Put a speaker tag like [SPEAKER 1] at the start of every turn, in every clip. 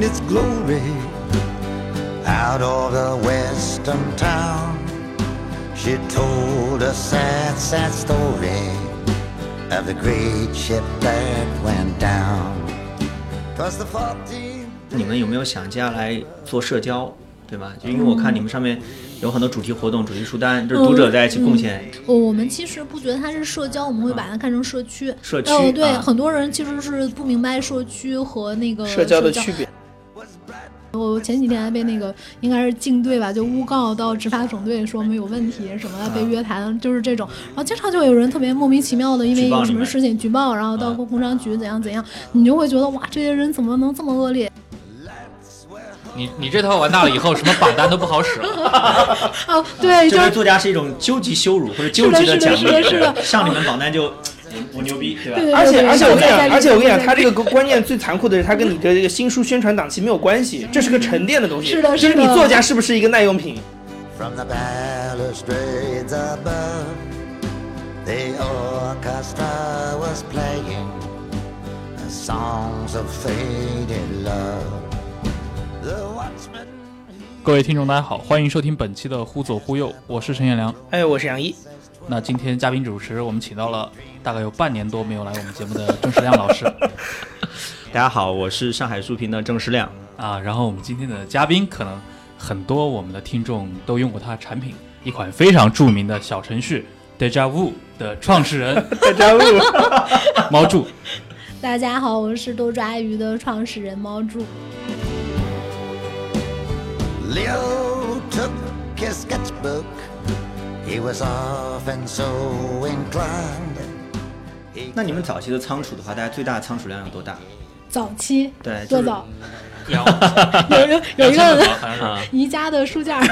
[SPEAKER 1] its glory out of the western town. She told a sad, sad story of the great ship that went down. 'Twas the 14th
[SPEAKER 2] 你们有没有想接下来做社交，对吧？就因为我看你们上面有很多主题活动、主题书单，就是读者在一起贡献。
[SPEAKER 3] 哦我我们其实不觉得它是社交，我们会把它看成社区。
[SPEAKER 2] 社区
[SPEAKER 3] 哦，对，
[SPEAKER 2] 啊
[SPEAKER 3] 很多人其实是不明白社区和那个
[SPEAKER 4] 社交的区别。
[SPEAKER 3] 我前几天还被那个应该是竞队吧，就诬告到执法总队说我们有问题什么的，
[SPEAKER 4] 啊
[SPEAKER 3] 被约谈，就是这种。然后经常就有人特别莫名其妙的，因为
[SPEAKER 2] 举报
[SPEAKER 3] 有什
[SPEAKER 2] 你
[SPEAKER 3] 么
[SPEAKER 2] 们
[SPEAKER 3] 事情举报，然后
[SPEAKER 4] 啊
[SPEAKER 3] 到
[SPEAKER 2] 嗯
[SPEAKER 3] 工商局怎样怎样，你就会觉得哇，这些人怎么能这么恶劣？
[SPEAKER 5] 你你这套玩大了以后，什么榜单都不好使了。
[SPEAKER 3] 啊，对，就
[SPEAKER 2] 这对
[SPEAKER 3] 是
[SPEAKER 2] 作家是一种究极羞辱或者究极
[SPEAKER 3] 是的
[SPEAKER 2] 奖
[SPEAKER 3] 是的是的
[SPEAKER 2] 励，上你们榜单就我我牛逼，对吧？
[SPEAKER 3] 对对
[SPEAKER 4] 而且
[SPEAKER 3] 对
[SPEAKER 4] 而且我跟你
[SPEAKER 3] 在
[SPEAKER 4] 讲，而且我跟你讲，
[SPEAKER 3] 在
[SPEAKER 4] 他这个观念最残酷的是，他跟你的这个新书宣传档期没有关系，这是个沉淀的东西。
[SPEAKER 3] 是的
[SPEAKER 4] 就是是
[SPEAKER 3] 的
[SPEAKER 4] 你作家是不是一个耐用品？
[SPEAKER 1] from the balustrades above. The orchestra was playing the songs of faded love. The watchman.
[SPEAKER 5] 各位听众，大家好，欢迎收听本期的《忽左忽右》，我是陈彦良。
[SPEAKER 4] 哎，我是杨一，
[SPEAKER 5] 那今天嘉宾主持，我们请到了大概有半年多没有来我们节目的郑世亮老师
[SPEAKER 2] 大家好，我是上海书评的郑世亮。
[SPEAKER 5] 啊。然后我们今天的嘉宾，可能很多我们的听众都用过他的产品，一款非常著名的小程序 Deja Vu 的创始人
[SPEAKER 4] 家务。
[SPEAKER 5] 猫柱。
[SPEAKER 3] 大家好，我是多抓鱼的创始人猫柱。
[SPEAKER 1] Leo took his sketchbook. He was often so inclined. He
[SPEAKER 2] 那你们早期的仓储的话，大家最大的仓储量有多大？
[SPEAKER 3] 早期
[SPEAKER 2] 对就
[SPEAKER 3] 多
[SPEAKER 2] 是
[SPEAKER 3] 早
[SPEAKER 5] 两
[SPEAKER 3] 有一个有一
[SPEAKER 5] 两千多
[SPEAKER 3] 个
[SPEAKER 5] 好像是
[SPEAKER 2] 啊，
[SPEAKER 3] 宜家的书架儿，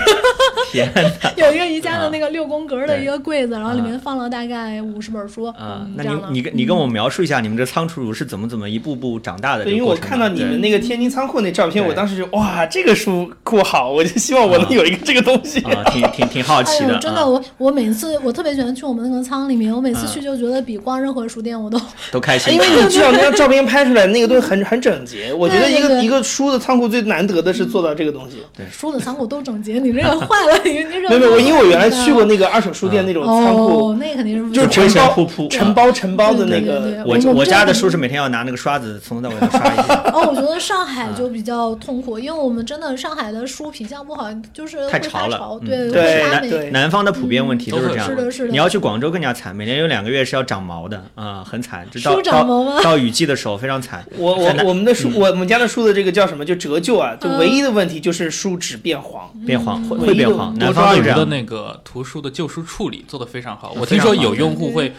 [SPEAKER 2] 天 哪！
[SPEAKER 3] 有一个宜家
[SPEAKER 4] 啊
[SPEAKER 3] 的那个六宫格的
[SPEAKER 2] 对
[SPEAKER 3] 一个柜子，然后里
[SPEAKER 2] 啊
[SPEAKER 3] 面放了大概五十本书。
[SPEAKER 2] 啊
[SPEAKER 3] 嗯，
[SPEAKER 2] 那
[SPEAKER 3] 这
[SPEAKER 2] 你
[SPEAKER 3] 样的
[SPEAKER 2] 你跟你跟我描述一下你们这仓储是怎么怎么一步步长大的这
[SPEAKER 4] 对，因
[SPEAKER 2] 个
[SPEAKER 4] 为
[SPEAKER 2] 过
[SPEAKER 4] 我
[SPEAKER 2] 程吧？啊
[SPEAKER 4] 看到你们那个天津仓库那照片，
[SPEAKER 2] 对
[SPEAKER 4] 我当时就哇，这个书库好，我就希望我能有一个这个东西。
[SPEAKER 2] 对啊，挺挺挺好
[SPEAKER 3] 哎
[SPEAKER 2] 奇
[SPEAKER 3] 呦，
[SPEAKER 2] 的，
[SPEAKER 3] 真
[SPEAKER 2] 啊
[SPEAKER 3] 的，我我每次我特别喜欢去我们那个仓里面，我每
[SPEAKER 4] 啊
[SPEAKER 3] 次
[SPEAKER 2] 嗯
[SPEAKER 3] 去就觉得比逛任何书店我都
[SPEAKER 2] 都开心
[SPEAKER 4] 因
[SPEAKER 2] 了。
[SPEAKER 4] 为你至少那张照片拍出来，那个东西很很整洁。我觉得一
[SPEAKER 3] 对对
[SPEAKER 4] 个
[SPEAKER 3] 对
[SPEAKER 4] 一个书的仓库最难得的是做到这个东西。
[SPEAKER 3] 书的仓库都整洁。你这 个坏了，你你这
[SPEAKER 4] 没有，没有，我因为我原来
[SPEAKER 3] 对啊
[SPEAKER 4] 去过那个二手书店那种
[SPEAKER 3] 哦
[SPEAKER 4] 仓库，，
[SPEAKER 3] 那肯定是不
[SPEAKER 4] 就是
[SPEAKER 3] 行
[SPEAKER 2] 灰
[SPEAKER 4] 承
[SPEAKER 2] 尘
[SPEAKER 4] 包
[SPEAKER 2] 扑扑
[SPEAKER 4] 承包承包的那
[SPEAKER 3] 对对对
[SPEAKER 4] 个
[SPEAKER 3] 对。
[SPEAKER 2] 我
[SPEAKER 3] 我
[SPEAKER 2] 我
[SPEAKER 3] 们
[SPEAKER 2] 家
[SPEAKER 3] 这
[SPEAKER 2] 的
[SPEAKER 3] 样
[SPEAKER 2] 书是每天要拿那个刷子从头到尾都刷一遍，
[SPEAKER 3] 哦，我觉得上
[SPEAKER 4] 啊
[SPEAKER 3] 海就比较痛苦，因为我们真的上海的书品相不好，就是
[SPEAKER 2] 太
[SPEAKER 3] 会
[SPEAKER 2] 潮
[SPEAKER 3] 发
[SPEAKER 2] 了
[SPEAKER 3] 潮，
[SPEAKER 2] 嗯
[SPEAKER 3] 对，
[SPEAKER 4] 对
[SPEAKER 3] 会发
[SPEAKER 4] 那
[SPEAKER 3] 霉。
[SPEAKER 4] 对
[SPEAKER 2] 南方的普遍问题
[SPEAKER 5] 嗯
[SPEAKER 2] 都是这样。
[SPEAKER 3] 是的是的
[SPEAKER 2] 你要去广州更加惨，每年有两个月是要长毛的，啊、很惨。就到
[SPEAKER 3] 书长毛吗嗯
[SPEAKER 2] 到到雨季的时候非常惨。
[SPEAKER 4] 我
[SPEAKER 2] 很
[SPEAKER 4] 我
[SPEAKER 2] 难嗯
[SPEAKER 4] 我们的书，我们家的书的这个叫什么？就折旧啊，就
[SPEAKER 3] 嗯
[SPEAKER 4] 唯一的问题就是书纸变黄。
[SPEAKER 2] 变黄会
[SPEAKER 4] 唯
[SPEAKER 2] 会
[SPEAKER 4] 一
[SPEAKER 2] 变
[SPEAKER 4] 的
[SPEAKER 2] 黄，
[SPEAKER 4] 多
[SPEAKER 2] 南
[SPEAKER 5] 多
[SPEAKER 2] 方
[SPEAKER 5] 抓
[SPEAKER 2] 就
[SPEAKER 5] 鱼
[SPEAKER 2] 这
[SPEAKER 5] 的
[SPEAKER 2] 样。
[SPEAKER 5] 那个图书的旧书处理做得非常好，
[SPEAKER 2] 嗯
[SPEAKER 5] 我听说
[SPEAKER 2] 非常好
[SPEAKER 5] 有用户会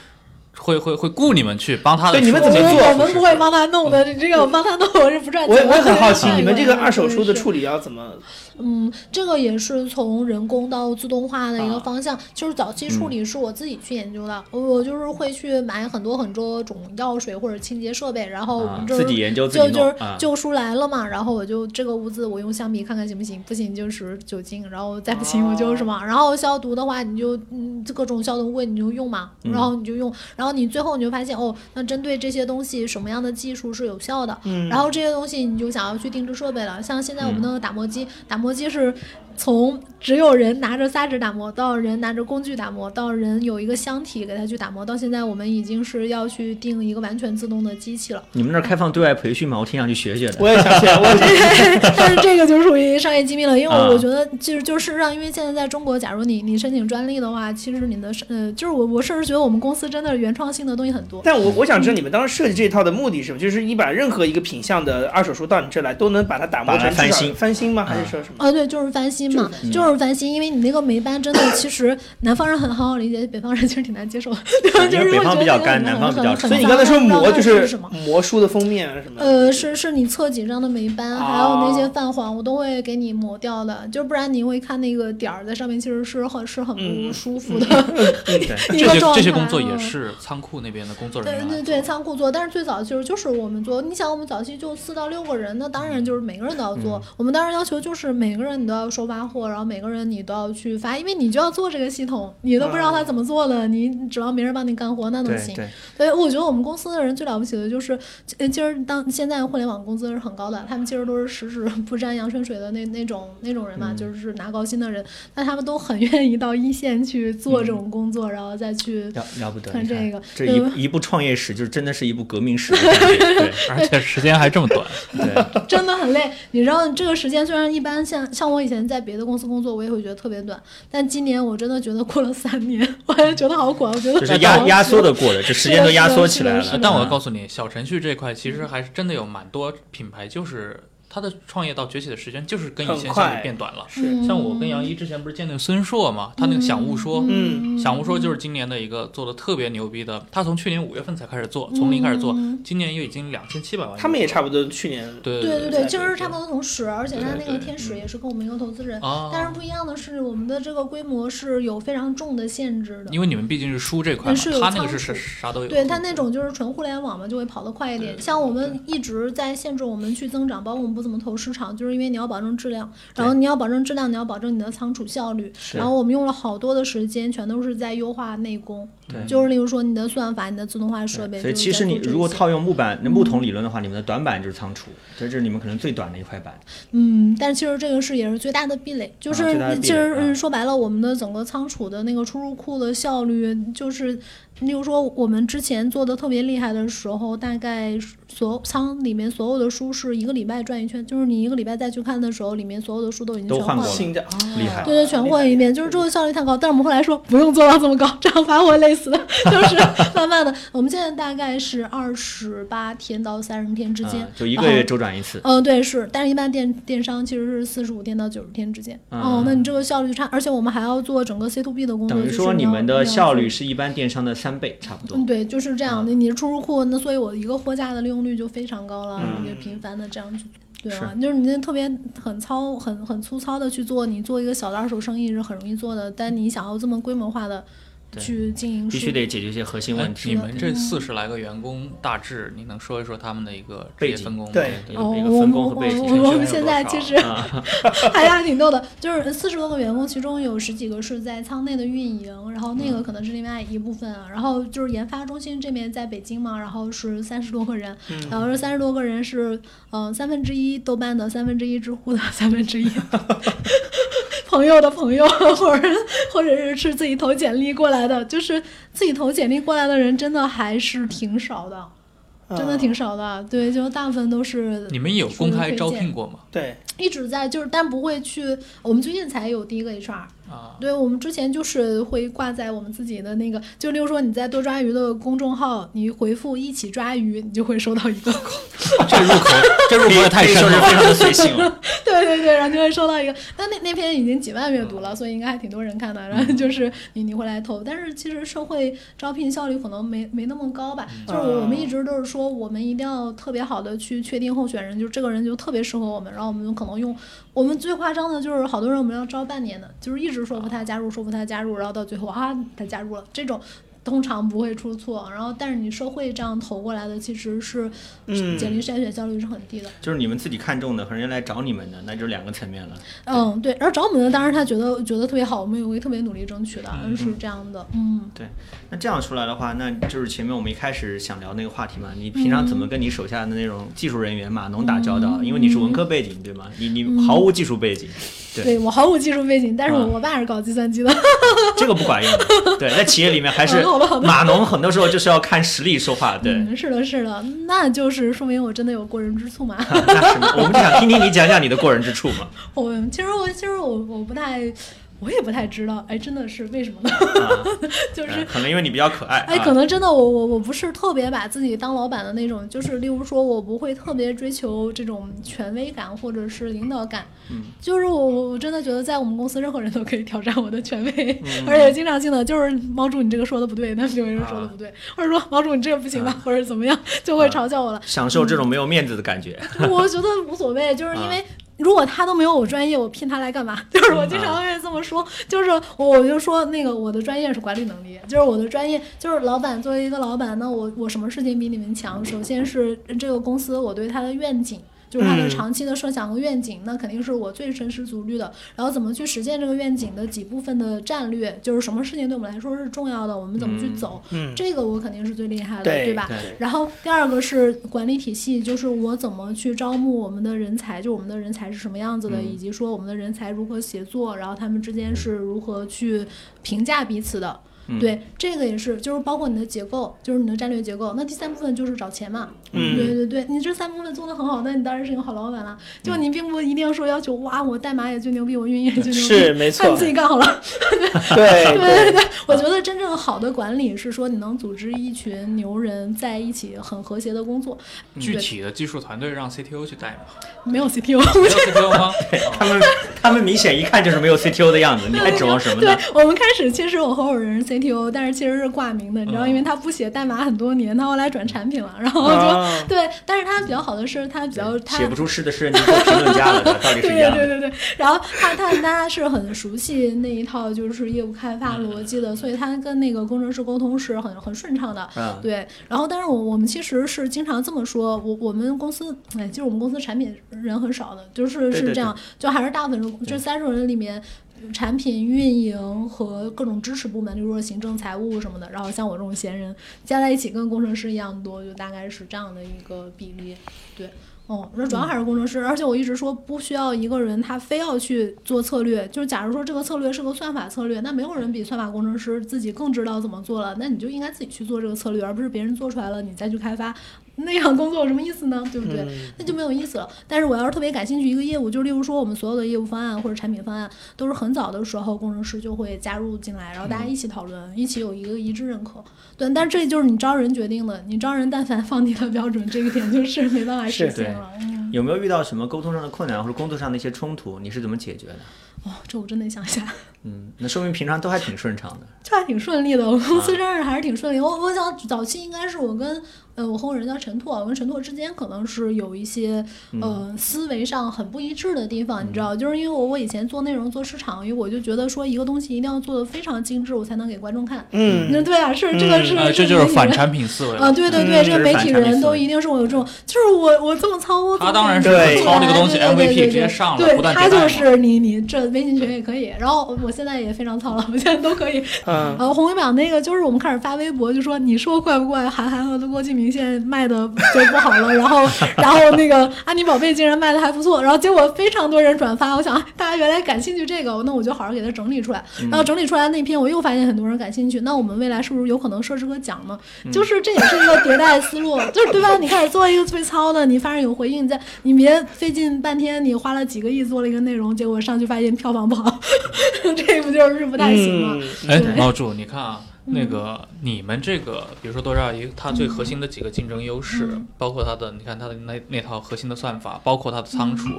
[SPEAKER 5] 会会会雇你们去帮他
[SPEAKER 4] 对
[SPEAKER 5] 的书。
[SPEAKER 4] 你们
[SPEAKER 3] 我
[SPEAKER 4] 怎么
[SPEAKER 3] 们
[SPEAKER 4] 呃做嗯
[SPEAKER 3] 我们不会帮他弄的，你这个我帮他弄我是不赚
[SPEAKER 4] 我
[SPEAKER 3] 钱的。
[SPEAKER 4] 我很好奇
[SPEAKER 3] 对，
[SPEAKER 4] 你们这个二手书
[SPEAKER 3] 对
[SPEAKER 4] 的处理要怎么？
[SPEAKER 3] 嗯，这个也是从人工到自动化的
[SPEAKER 4] 啊
[SPEAKER 3] 一个方向。就是早期
[SPEAKER 4] 嗯
[SPEAKER 3] 处理是我自己去研究的，我就是会去买很多很多种药水或者清洁设备，然后我
[SPEAKER 2] 啊
[SPEAKER 3] 们，哦就是、
[SPEAKER 2] 自己研究自
[SPEAKER 3] 就
[SPEAKER 2] 己
[SPEAKER 3] 就
[SPEAKER 2] 弄
[SPEAKER 3] 是
[SPEAKER 2] 啊，
[SPEAKER 3] 旧书来了嘛，然后我就这个污渍我用橡皮看看行不行，不行就是酒精，然后再不行我
[SPEAKER 2] 哦
[SPEAKER 3] 就什么，然后消毒的话你就嗯各种消毒柜你就用嘛，
[SPEAKER 2] 嗯
[SPEAKER 3] 然后你就用，然后你最后你就发现哦，那针对这些东西什么样的技术是有效的，
[SPEAKER 4] 嗯，
[SPEAKER 3] 然后这些东西你就想要去定制设备了，像现在我
[SPEAKER 2] 嗯
[SPEAKER 3] 们那个打磨机，打磨机是从只有人拿着砂纸打磨，到人拿着工具打磨，到人有一个箱体给它去打磨，到现在我们已经是要去定一个完全自动的机器了。
[SPEAKER 2] 你们那儿开放对外培训吗？我挺想去学学的。
[SPEAKER 4] 我也想起来，我也 想起来
[SPEAKER 3] 但是这个就属于商业机密了，因为
[SPEAKER 2] 啊
[SPEAKER 3] 我觉得其实就是事实上，因为现在在中国，假如你你申请专利的话，其实你的是呃，就是我我甚至觉得我们公司真的原创性的东西很多。
[SPEAKER 4] 但我我想知道你们当时设计这一套的目的是什么？就是你把任何一个品相的二手书到你这来，都能把它打磨
[SPEAKER 2] 把它
[SPEAKER 4] 成
[SPEAKER 2] 翻
[SPEAKER 4] 至少
[SPEAKER 2] 新嗯
[SPEAKER 4] 翻新吗？还是说什么？
[SPEAKER 3] 啊，对，就是翻新嘛，就是翻新，因为你那个霉斑真的，其实南方人很好好理解，北方人其实挺难接受的，
[SPEAKER 2] 对
[SPEAKER 3] 就
[SPEAKER 2] 因为
[SPEAKER 3] 是
[SPEAKER 2] 北
[SPEAKER 3] 会
[SPEAKER 2] 方
[SPEAKER 3] 觉
[SPEAKER 2] 比
[SPEAKER 3] 得
[SPEAKER 2] 较
[SPEAKER 3] 那个
[SPEAKER 2] 干
[SPEAKER 3] 很
[SPEAKER 2] 南方比
[SPEAKER 3] 很
[SPEAKER 2] 较
[SPEAKER 3] 很
[SPEAKER 2] 湿
[SPEAKER 4] 所以你
[SPEAKER 3] 脏
[SPEAKER 4] 刚才说
[SPEAKER 3] 不知道
[SPEAKER 4] 磨
[SPEAKER 3] 它
[SPEAKER 4] 就是是
[SPEAKER 3] 什么？
[SPEAKER 4] 磨书的封面啊什么的？
[SPEAKER 5] 嗯
[SPEAKER 3] 呃，是是你侧几张的霉斑，还有那些
[SPEAKER 4] 哦
[SPEAKER 3] 泛黄，我都会给你磨掉的，就不然你会看那个点儿在上面，其实是很是很不
[SPEAKER 4] 嗯
[SPEAKER 3] 舒服的
[SPEAKER 2] 对
[SPEAKER 3] 一
[SPEAKER 5] 这
[SPEAKER 3] 个
[SPEAKER 5] 些
[SPEAKER 3] 状态。
[SPEAKER 5] 这些工作也
[SPEAKER 3] 嗯
[SPEAKER 5] 是仓库那边的工作人
[SPEAKER 3] 对
[SPEAKER 5] 员来
[SPEAKER 3] 对
[SPEAKER 5] 做
[SPEAKER 3] 对，仓库做，但是最早就是就是我们做。
[SPEAKER 5] 嗯
[SPEAKER 3] 你想，我们早期就四到六个人，那当然就是每个人都要做。我们当然要求就是每个人你都要手把发货，然后每个人你都要去发，因为你就要做这个系统，你都不知道
[SPEAKER 5] 嗯
[SPEAKER 3] 它怎么做的，你指望别人帮你干活那能
[SPEAKER 2] 对
[SPEAKER 3] 行？
[SPEAKER 2] 对，
[SPEAKER 3] 所以我觉得我们公司的人最了不起的就是，呃，今儿当现在互联网工资是很高的，他们其实都是十指不沾阳春水的那那种那种人嘛，
[SPEAKER 5] 嗯
[SPEAKER 3] 就是拿高薪的人，但他们都很愿意到一线去做这
[SPEAKER 5] 嗯
[SPEAKER 3] 种工作，然后再去
[SPEAKER 2] 了了不得，
[SPEAKER 3] 看
[SPEAKER 2] 你
[SPEAKER 3] 这个嗯
[SPEAKER 2] 这
[SPEAKER 3] 对吧
[SPEAKER 2] 一一部创业史，就是真的是一部革命 史的感觉，对
[SPEAKER 5] 而且时间还这么短，
[SPEAKER 2] 对，
[SPEAKER 3] 真的很累。你知道这个时间虽然一般像，像我以前在别的公司工作，我也会觉得特别短，但今年我真的觉得过了三年， 我也觉得好苦啊，我觉得
[SPEAKER 2] 就是压压缩
[SPEAKER 3] 的。
[SPEAKER 2] 的过了，这时间都压缩起来
[SPEAKER 3] 是
[SPEAKER 2] 了
[SPEAKER 3] 的。嗯
[SPEAKER 5] 但我告诉你，小程序这一块其实还是真的有蛮多品牌，就是它的创业到崛起的时间，就是跟以
[SPEAKER 4] 很
[SPEAKER 5] 前
[SPEAKER 4] 快
[SPEAKER 5] 相比变短了。
[SPEAKER 4] 是
[SPEAKER 5] 像我跟
[SPEAKER 3] 嗯
[SPEAKER 5] 杨一之前不是见那个孙硕嘛，他那个想物说，
[SPEAKER 4] 嗯
[SPEAKER 5] 想物说就是今年的一个做的特别牛逼的，他从去年五月份才开始做，从零开始做，今年又已经两千七百万。
[SPEAKER 4] 他们也差不多去年
[SPEAKER 3] 嗯对
[SPEAKER 5] 对对
[SPEAKER 3] 对
[SPEAKER 4] 对
[SPEAKER 3] 对，就是差不多同时，而且他
[SPEAKER 5] 对嗯
[SPEAKER 3] 那个
[SPEAKER 5] 对
[SPEAKER 3] 天使也是跟我们一个投资人，
[SPEAKER 5] 啊，
[SPEAKER 3] 但是不一样的是，我们的这个规模是有非常重的限制的。
[SPEAKER 5] 因为你们毕竟是书这块嘛
[SPEAKER 3] 是，有
[SPEAKER 5] 他那个是
[SPEAKER 3] 仓
[SPEAKER 5] 啥
[SPEAKER 3] 储
[SPEAKER 5] 啥都有。
[SPEAKER 3] 对它那种就是纯互联网嘛，就会跑得快一
[SPEAKER 5] 对
[SPEAKER 3] 点。
[SPEAKER 5] 对
[SPEAKER 3] 像我们一直在限制我们去增长，包括我们不怎么投市场，就是因为你要保证质量，然后
[SPEAKER 2] 对
[SPEAKER 3] 你要保证质量，你要保证你的仓储效率。然后我们用了好多的时间，全都是在优化内功，
[SPEAKER 2] 对
[SPEAKER 3] 就是例如说你的算法、你的自动化设备。
[SPEAKER 2] 所以
[SPEAKER 3] 就
[SPEAKER 2] 其
[SPEAKER 3] 是
[SPEAKER 2] 实
[SPEAKER 3] 在
[SPEAKER 2] 你
[SPEAKER 3] 做这
[SPEAKER 2] 如果
[SPEAKER 3] 些
[SPEAKER 2] 套用木板那木桶理论的话，你们的短板就是仓储，这就是你们可能最短的一块板。
[SPEAKER 3] 嗯，但其实这个是也是最大的壁垒，就
[SPEAKER 2] 啊
[SPEAKER 3] 是
[SPEAKER 2] 最大的壁
[SPEAKER 3] 其实
[SPEAKER 2] 垒啊
[SPEAKER 3] 嗯说白了，我们的整个仓储的那个出入库的效率，就是例如说我们之前做的特别厉害的时候，大概所仓里面所有的书是一个礼拜转一圈，就是你一个礼拜再去看的时候，里面所有的书都已经
[SPEAKER 2] 都
[SPEAKER 3] 全
[SPEAKER 2] 换过
[SPEAKER 3] 换了
[SPEAKER 2] 了。
[SPEAKER 4] 新的嗯啊
[SPEAKER 2] 厉害
[SPEAKER 3] 哦对对，全换一
[SPEAKER 4] 厉害
[SPEAKER 3] 遍，就是这个效率太高。但是我们后来说不用做到这么高，这样反而会累死的。就是 慢慢的，我们现在大概是二十八天到三十天之间
[SPEAKER 2] 嗯，，就一个
[SPEAKER 3] 然后
[SPEAKER 2] 月周转一次。
[SPEAKER 3] 嗯，对，是，但是一般电电商其实是四十五天到九十天之间。哦，那你这个效率差，而且我们还要做整个 C to B 的工
[SPEAKER 2] 嗯
[SPEAKER 3] 作，
[SPEAKER 2] 等于
[SPEAKER 3] 嗯就是
[SPEAKER 2] 说
[SPEAKER 3] 要
[SPEAKER 2] 你们的
[SPEAKER 3] 要
[SPEAKER 2] 效率
[SPEAKER 3] 做
[SPEAKER 2] 是一般电商的三倍，差不多
[SPEAKER 3] 嗯，。对，就是这样的。你出入库，那所以我一个货架的利用率就非常高了，
[SPEAKER 2] 嗯
[SPEAKER 3] 你就频繁的这样去做。对啊，就是你那特别很糙、很很粗糙的去做，你做一个小的二手生意是很容易做的，但你想要这么规模化的去经营，
[SPEAKER 2] 必须得解决一些核心
[SPEAKER 5] 哎
[SPEAKER 2] 问，题。
[SPEAKER 5] 你们
[SPEAKER 3] 嗯
[SPEAKER 5] 这四十来个员工，大致你能说一说他们的一个职业
[SPEAKER 2] 背景
[SPEAKER 5] 分工吗？
[SPEAKER 4] 对
[SPEAKER 2] 一
[SPEAKER 3] 哦，
[SPEAKER 2] 个一个
[SPEAKER 3] 我
[SPEAKER 2] 分
[SPEAKER 3] 们
[SPEAKER 2] 工和
[SPEAKER 3] 我
[SPEAKER 2] 背景。
[SPEAKER 3] 我
[SPEAKER 5] 有
[SPEAKER 3] 们现
[SPEAKER 5] 多
[SPEAKER 3] 在
[SPEAKER 5] 少
[SPEAKER 3] 其实
[SPEAKER 2] 啊
[SPEAKER 3] 还还挺逗的，就是四十多个员工，其中有十几个是在仓内的运营，然后那
[SPEAKER 2] 嗯
[SPEAKER 3] 个可能是另外一部分啊。然后就是研发中心这边在北京嘛，然后是三十多个人，
[SPEAKER 2] 嗯
[SPEAKER 3] 然后这三十多个人是嗯、呃三分之一豆瓣的，三分之一知乎的，三 分之一朋友的朋友，或者或者是是自己投简历过来的，就是自己投简历过来的人，真的还是挺少
[SPEAKER 2] 啊
[SPEAKER 3] 的。真的
[SPEAKER 4] 嗯
[SPEAKER 3] 挺少的，对，就大部分都是
[SPEAKER 5] 你们有公开招聘过吗？
[SPEAKER 4] 对，
[SPEAKER 3] 一直在就是，但不会去。我们最近才有第一个 HR，
[SPEAKER 5] 啊，
[SPEAKER 3] 对我们之前就是会挂在我们自己的那个，就例如说你在多抓鱼的公众号，你回复“一起抓鱼”，你就会收到一个
[SPEAKER 5] 这入口这入口也太深
[SPEAKER 2] 可以说是非常的随
[SPEAKER 5] 了。
[SPEAKER 2] 性了。
[SPEAKER 3] 对对对，然后就会收到一个。但那那篇已经几万阅读了，所以应该还挺多人看的。然后就是你你会来投，但是其实社会招聘效率可能没没那么高吧。就是我我们一直都是说，我们一定要特别好的去确定候选人，就这个人就特别适合我们，然后我们就可能用。我们最夸张的就是好多人我们要招半年的，就是一直说服他加入，说服他加入，然后到最后啊他加入了，这种通常不会出错。然后但是你社会这样投过来的其实是
[SPEAKER 4] 嗯
[SPEAKER 3] 简历筛选效率是很低的。
[SPEAKER 2] 就是你们自己看中的和人家来找你们的，那就是两个层面了。
[SPEAKER 3] 嗯，对，而找我们的当然他觉得觉得特别好，我们也会特别努力争取的，是这样的，嗯。
[SPEAKER 2] 对，那这样出来的话，那就是前面我们一开始想聊那个话题嘛，你平常怎
[SPEAKER 3] 嗯
[SPEAKER 2] 么跟你手下的那种技术人员码农打交道？因为你是文科背景，对吗？你你毫无技术背景，对
[SPEAKER 3] 嗯对我毫无技术背景，但是我
[SPEAKER 2] 嗯
[SPEAKER 3] 我爸是搞计算机的，
[SPEAKER 2] 这个不管用的。对，在企业里面还 是
[SPEAKER 3] 哦好吧好吧
[SPEAKER 2] 码农，很多时候就是要看实力说话。对，
[SPEAKER 3] 嗯，是的，是的，那就是说明我真的有过人之处嘛。
[SPEAKER 2] 那是我们就想听听你讲讲你的过人之处嘛。
[SPEAKER 3] 我其实我其实我我不太，我也不太知道，哎，真的是为什么呢？
[SPEAKER 2] 啊，
[SPEAKER 3] 就是
[SPEAKER 2] 嗯可能因为你比较可爱。
[SPEAKER 3] 哎，
[SPEAKER 2] 啊
[SPEAKER 3] 可能真的我我我不是特别把自己当老板的那种，就是例如说我不会特别追求这种权威感或者是领导感，嗯，就是我我我真的觉得在我们公司任何人都可以挑战我的权威， 而且经常性的就是毛主你这个说的不对，那有人说的不对，或者说毛主你这个不行吧，啊或者怎么样，就会嘲笑我了。
[SPEAKER 2] 享受这种没有面子的感觉。
[SPEAKER 3] 我觉得无所谓，就是因为如果他都没有我专业，我聘他来干嘛？ 就是我经常会这么说，就是我我就说那个我的专业是管理能力，就是我的专业就是老板作为一个老板，那我我什么事情比你们强？首先是这个公司我对它的愿景。就是它的
[SPEAKER 4] 嗯
[SPEAKER 3] 长期的设想和愿景，那肯定是我最深思熟虑的。然后怎么去实现这个愿景的几部分的战略，就是什么事情对我们来说是重要的，我们怎么去
[SPEAKER 2] 嗯
[SPEAKER 3] 走，
[SPEAKER 4] 嗯，
[SPEAKER 3] 这个我肯定是最厉害的，
[SPEAKER 4] 对
[SPEAKER 3] 吧？
[SPEAKER 2] 对
[SPEAKER 3] 然后第二个是管理体系，就是我怎么去招募我们的人才，就我们的人才是什么样子的，
[SPEAKER 2] 嗯
[SPEAKER 3] 以及说我们的人才如何协作，然后他们之
[SPEAKER 4] 嗯
[SPEAKER 3] 间是如何去评价彼此的。
[SPEAKER 2] 嗯
[SPEAKER 3] 对，这个也是，就是包括你的结构，就是你的战略结构。那第三部分就是找钱嘛，
[SPEAKER 4] 嗯
[SPEAKER 3] 对对对，你这三部分做得很好，那你当然是一个好老板了。就
[SPEAKER 4] 嗯
[SPEAKER 3] 你并不一定要说要求哇，我代码也最牛逼，我运营也最牛逼，
[SPEAKER 4] 是没
[SPEAKER 3] 看
[SPEAKER 4] 错
[SPEAKER 3] 你自己干好了。
[SPEAKER 4] 对
[SPEAKER 3] 对
[SPEAKER 4] 对，
[SPEAKER 3] 我觉得真正好的管理是说，你能组织一群牛人在一起很和谐的工作，
[SPEAKER 5] 具体的技术团队让 CTO 去带吗？
[SPEAKER 3] 没有 CTO。
[SPEAKER 5] 没有 CTO 吗？哦
[SPEAKER 2] 他们他们明显一看就是没有 CTO 的样子，你还指望什么
[SPEAKER 3] 对啊
[SPEAKER 2] 呢？
[SPEAKER 3] 我们开始，其实我合伙人是 CTO，但是其实是挂名的，你知道，因为
[SPEAKER 2] 嗯
[SPEAKER 3] 他不写代码很多年，他后来转产品了，然后就、
[SPEAKER 4] 啊
[SPEAKER 3] 对，但是他比较好的是，他比较他
[SPEAKER 2] 写不出诗的诗人就做评论家 了，到底
[SPEAKER 3] 对
[SPEAKER 2] 是一
[SPEAKER 3] 对
[SPEAKER 2] 样
[SPEAKER 3] 对
[SPEAKER 2] 的。
[SPEAKER 3] 对对，然后他他他是很熟悉那一套就是业务开发
[SPEAKER 2] 嗯
[SPEAKER 3] 逻辑的，所以他跟那个工程师沟通是很很顺畅的。
[SPEAKER 2] 嗯
[SPEAKER 3] 对，然后但是我我们其实是经常这么说，我我们公司哎，就是我们公司产品人很少的，就是
[SPEAKER 2] 对
[SPEAKER 3] 是
[SPEAKER 2] 对
[SPEAKER 3] 这样，就还是大部分人这三十人里面。产品运营和各种支持部门，就是说行政、财务什么的，然后像我这种闲人加在一起，跟工程师一样多，就大概是这样的一个比例。对，哦，那
[SPEAKER 2] 嗯
[SPEAKER 3] 主要还是工程师，而且我一直说不需要一个人他非要去做策略，就是假如说这个策略是个算法策略，那没有人比算法工程师自己更知道怎么做了，那你就应该自己去做这个策略，而不是别人做出来了你再去开发， 那样工作有什么意思呢？对不对？那就没有意思了。但是我要是特别感兴趣一个业务，就例如说我们所有的业务方案或者产品方案，都是很早的时候工程师就会加入进来，然后大家一起讨论，一起有一个一致认可。对，但这就是你招人决定的，你招人但凡放低了标准，这个点就是没办法实
[SPEAKER 2] 是对
[SPEAKER 3] 现了。嗯，
[SPEAKER 2] 有没有遇到什么沟通上的困难或者工作上的一些冲突？你是怎么解决的？
[SPEAKER 3] 哦，这我真得想一下，
[SPEAKER 2] 嗯，那说明平常都还挺顺畅的。
[SPEAKER 3] 这还挺顺利的，我公
[SPEAKER 5] 啊
[SPEAKER 3] 司真是还是挺顺利。我我想早期应该是我跟呃我合伙人叫陈拓，我跟陈拓之间可能是有一些
[SPEAKER 5] 嗯
[SPEAKER 3] 呃思维上很不一致的地方，你知道，就是因为我我以前做内容做市场，因为我就觉得说一个东西一定要做的非常精致，我才能给观众看。
[SPEAKER 4] 嗯，
[SPEAKER 3] 那对啊，是这个是
[SPEAKER 5] 啊，这
[SPEAKER 3] 是
[SPEAKER 5] 就是
[SPEAKER 3] 媒体
[SPEAKER 5] 反
[SPEAKER 3] 人
[SPEAKER 5] 产品思维
[SPEAKER 3] 啊，
[SPEAKER 5] 了。
[SPEAKER 3] 对对
[SPEAKER 4] 嗯
[SPEAKER 3] 对，
[SPEAKER 2] 这
[SPEAKER 3] 这个
[SPEAKER 2] 是
[SPEAKER 3] 媒
[SPEAKER 2] 反
[SPEAKER 3] 体
[SPEAKER 2] 产品
[SPEAKER 3] 人
[SPEAKER 2] 思
[SPEAKER 3] 都
[SPEAKER 2] 维
[SPEAKER 3] 一定是我有这种，就是我我这么糙，我怎
[SPEAKER 5] 嗯他
[SPEAKER 3] 么
[SPEAKER 5] 当然是
[SPEAKER 3] 做
[SPEAKER 4] 对
[SPEAKER 3] 出
[SPEAKER 5] 抄那个
[SPEAKER 3] 来
[SPEAKER 5] 东西
[SPEAKER 3] 对对
[SPEAKER 5] MVP
[SPEAKER 3] 对
[SPEAKER 5] 直接
[SPEAKER 3] 对
[SPEAKER 5] 上了，
[SPEAKER 3] 对
[SPEAKER 5] 不断
[SPEAKER 3] 他
[SPEAKER 5] 迭代
[SPEAKER 3] 就
[SPEAKER 5] 嘛。
[SPEAKER 3] 是你你这微信群也可以，然后我现在也非常糙了，我现在都可以。
[SPEAKER 4] 嗯，
[SPEAKER 3] 呃，红黑榜那个就是我们开始发微博，就说你说怪不怪韩寒和郭敬明现在卖的就不好了，然后然后那个安妮宝贝竟然卖的还不错，然后结果非常多人转发，我想啊大家原来感兴趣这个，那我就好好给它整理出来，然后整理出来那篇我又发现很多人感兴趣，那我们未来是不是有可能设置个奖呢？就是这也是一个迭代思路，就是对吧？你开始做一个最糙的，你反正有回应，你再你别费劲半天，你花了几个亿做了一个内容，结果上去发现票房不好， 这不就是不太
[SPEAKER 4] 嗯
[SPEAKER 3] 行啊吗？
[SPEAKER 5] 哎
[SPEAKER 3] 对，
[SPEAKER 5] 猫主，你看啊，那个你们这个，比如说多抓鱼，它最核心的几个竞争优势，
[SPEAKER 4] 嗯
[SPEAKER 5] 包括它的，你看它的那那套核心的算法，包括它
[SPEAKER 4] 嗯
[SPEAKER 5] 的仓储，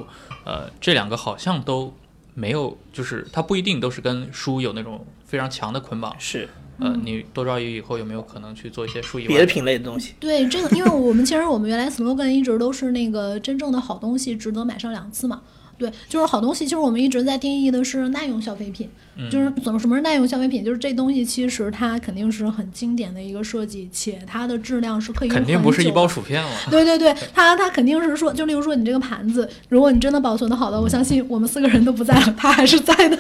[SPEAKER 5] 呃，这两个好像都没有，就是它不一定都是跟书有那种非常强的捆绑。
[SPEAKER 4] 是
[SPEAKER 5] 呃，你多抓鱼以后有没有可能去做一些书以
[SPEAKER 4] 嗯别的
[SPEAKER 5] 外？
[SPEAKER 4] 品类的东西，
[SPEAKER 3] 对这个，因为我们其实我们原来 slogan 一直都是那个真正的好东西值得买上两次嘛。对，就是好东西，就是我们一直在定义的是耐用消费品，
[SPEAKER 5] 嗯
[SPEAKER 3] 就是怎么什么是耐用消费品，就是这东西其实它肯定是很经典的一个设计，且它的质量是可以用
[SPEAKER 5] 肯定
[SPEAKER 3] 很
[SPEAKER 5] 不是一
[SPEAKER 3] 久
[SPEAKER 5] 包
[SPEAKER 3] 的
[SPEAKER 5] 薯 片了。
[SPEAKER 3] 对对对，他他肯定是说，就例如说你这个盘子，如果你真的保存的好的，我相信我们四个人都不在了，他还是在的，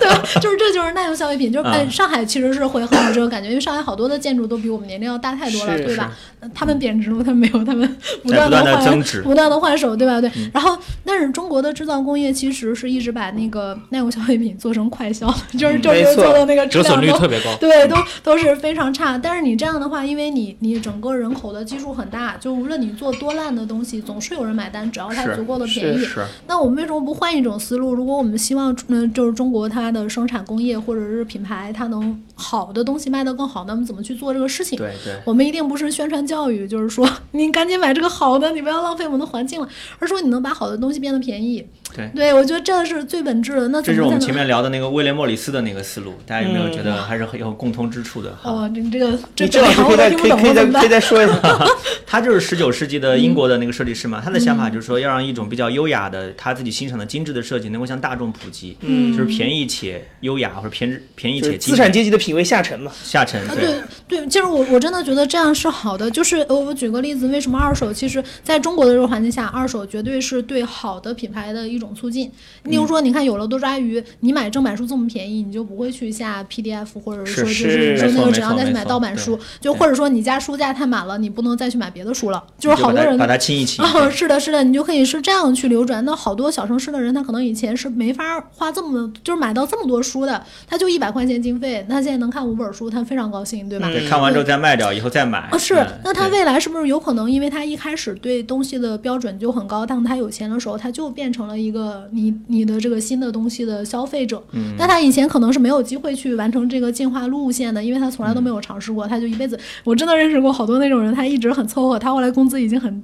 [SPEAKER 3] 对吧？就是这就是耐用消费品，就是、哎，
[SPEAKER 2] 嗯
[SPEAKER 3] 上海其实是会很有这种感觉，因为上海好多的建筑都比我们年龄要大太多了，
[SPEAKER 4] 是
[SPEAKER 3] 对吧？呃他们贬值了，他们没有，他们不断
[SPEAKER 2] 不断地
[SPEAKER 3] 的
[SPEAKER 2] 增
[SPEAKER 3] 换
[SPEAKER 2] 值，
[SPEAKER 3] 不断的换手，对吧？对。然后，但是中国的制造工业其实是一直把那个耐用消费品做成快消，就是就
[SPEAKER 4] 没
[SPEAKER 3] 是
[SPEAKER 4] 错
[SPEAKER 3] 做的那个质
[SPEAKER 5] 折损
[SPEAKER 3] 量
[SPEAKER 5] 率
[SPEAKER 3] 都
[SPEAKER 5] 特别高，
[SPEAKER 3] 对，都都是非常差。但是你这样的话，因为你你整个人口的基数很大，就无论你做多烂的东西，总是有人买单，只要它
[SPEAKER 2] 是
[SPEAKER 3] 足够的便宜。
[SPEAKER 2] 是
[SPEAKER 3] 那我们为什么不换一种思路？如果我们希望，嗯，就是中国它的生产工业或者是品牌，它能好的东西卖得更好，那么怎么去做这个事情？
[SPEAKER 2] 对对，
[SPEAKER 3] 我们一定不是宣传教育， 就是说你赶紧买这个好的，你不要浪费我们的环境了，而是说你能把好的东西变得便宜。
[SPEAKER 2] 对
[SPEAKER 3] 对，我觉得这个是最本质的。那
[SPEAKER 2] 这
[SPEAKER 3] 怎
[SPEAKER 2] 是我
[SPEAKER 3] 么
[SPEAKER 2] 们
[SPEAKER 3] 才
[SPEAKER 2] 前
[SPEAKER 3] 能？
[SPEAKER 2] 面聊的那个威廉莫里斯的那个思路，大家有没有
[SPEAKER 4] 嗯
[SPEAKER 2] 觉得还是很有共通之处的？哈、
[SPEAKER 3] 哦，你这个
[SPEAKER 4] 你
[SPEAKER 3] 这
[SPEAKER 4] 这
[SPEAKER 3] 这
[SPEAKER 4] 老师
[SPEAKER 3] 行
[SPEAKER 4] 可
[SPEAKER 3] 我
[SPEAKER 4] 以再
[SPEAKER 3] 都
[SPEAKER 4] 可
[SPEAKER 3] 听不
[SPEAKER 4] 以
[SPEAKER 3] 懂，
[SPEAKER 4] 可以
[SPEAKER 3] 我
[SPEAKER 4] 再
[SPEAKER 3] 怎么
[SPEAKER 4] 可以
[SPEAKER 3] 办？
[SPEAKER 4] 再说一下，
[SPEAKER 2] 他就是十九世纪
[SPEAKER 3] 嗯
[SPEAKER 2] 的英国的那个设计师嘛，他的想法就是说要让一种比较优雅的、他自己欣赏的精致的设计能够向大众普及，
[SPEAKER 4] 嗯
[SPEAKER 2] 就是便宜且优雅，或者便便宜
[SPEAKER 4] 就
[SPEAKER 2] 且
[SPEAKER 4] 是
[SPEAKER 2] 精
[SPEAKER 4] 资产阶级的品味下沉嘛。
[SPEAKER 2] 下沉，
[SPEAKER 3] 啊，
[SPEAKER 2] 对
[SPEAKER 3] 对对，其实我我真的觉得这样是好的。就是呃，我举个例子，为什么二手？其实在中国的这个环境下，二手绝对是对好的品牌的一种促进。例
[SPEAKER 2] 嗯
[SPEAKER 3] 如说，你看有了多抓鱼，你买正版书这么便宜，你就不会去下 PDF，或者
[SPEAKER 2] 是
[SPEAKER 3] 说就是是说
[SPEAKER 2] 没
[SPEAKER 3] 那
[SPEAKER 2] 错
[SPEAKER 3] 个
[SPEAKER 2] 没
[SPEAKER 3] 质量
[SPEAKER 2] 错
[SPEAKER 3] 再去
[SPEAKER 2] 没
[SPEAKER 3] 买
[SPEAKER 2] 错
[SPEAKER 3] 盗版
[SPEAKER 2] 对
[SPEAKER 3] 书，就或者说你家书架太满了，你不能再去买别的书了。就是好
[SPEAKER 2] 把
[SPEAKER 3] 多
[SPEAKER 2] 它
[SPEAKER 3] 人
[SPEAKER 2] 把它清一清。
[SPEAKER 3] 哦，是的，是的，你就可以是这样去流转。那好多小城市的人，他可能以前是没法花这么，就是买到这么多书的，他就一百块钱经费，他现在能看五本书，他非常高兴，对吧？
[SPEAKER 2] 对，看完之后再卖掉，以后再买。
[SPEAKER 3] 啊，是
[SPEAKER 2] 嗯，
[SPEAKER 3] 那他
[SPEAKER 2] 对
[SPEAKER 3] 未来是不是有可能，因为他一开始对东西的标准就很高，当他有钱的时候，他就变成了一个你你的这个新的东西的消费者。嗯，但他以前可能是没有机会去完成这个进化路线的，因为他从来都没
[SPEAKER 2] 嗯
[SPEAKER 3] 有尝试过，他就一辈子，我真的认识过好多那种人，他一直很凑合，他后来工资已经很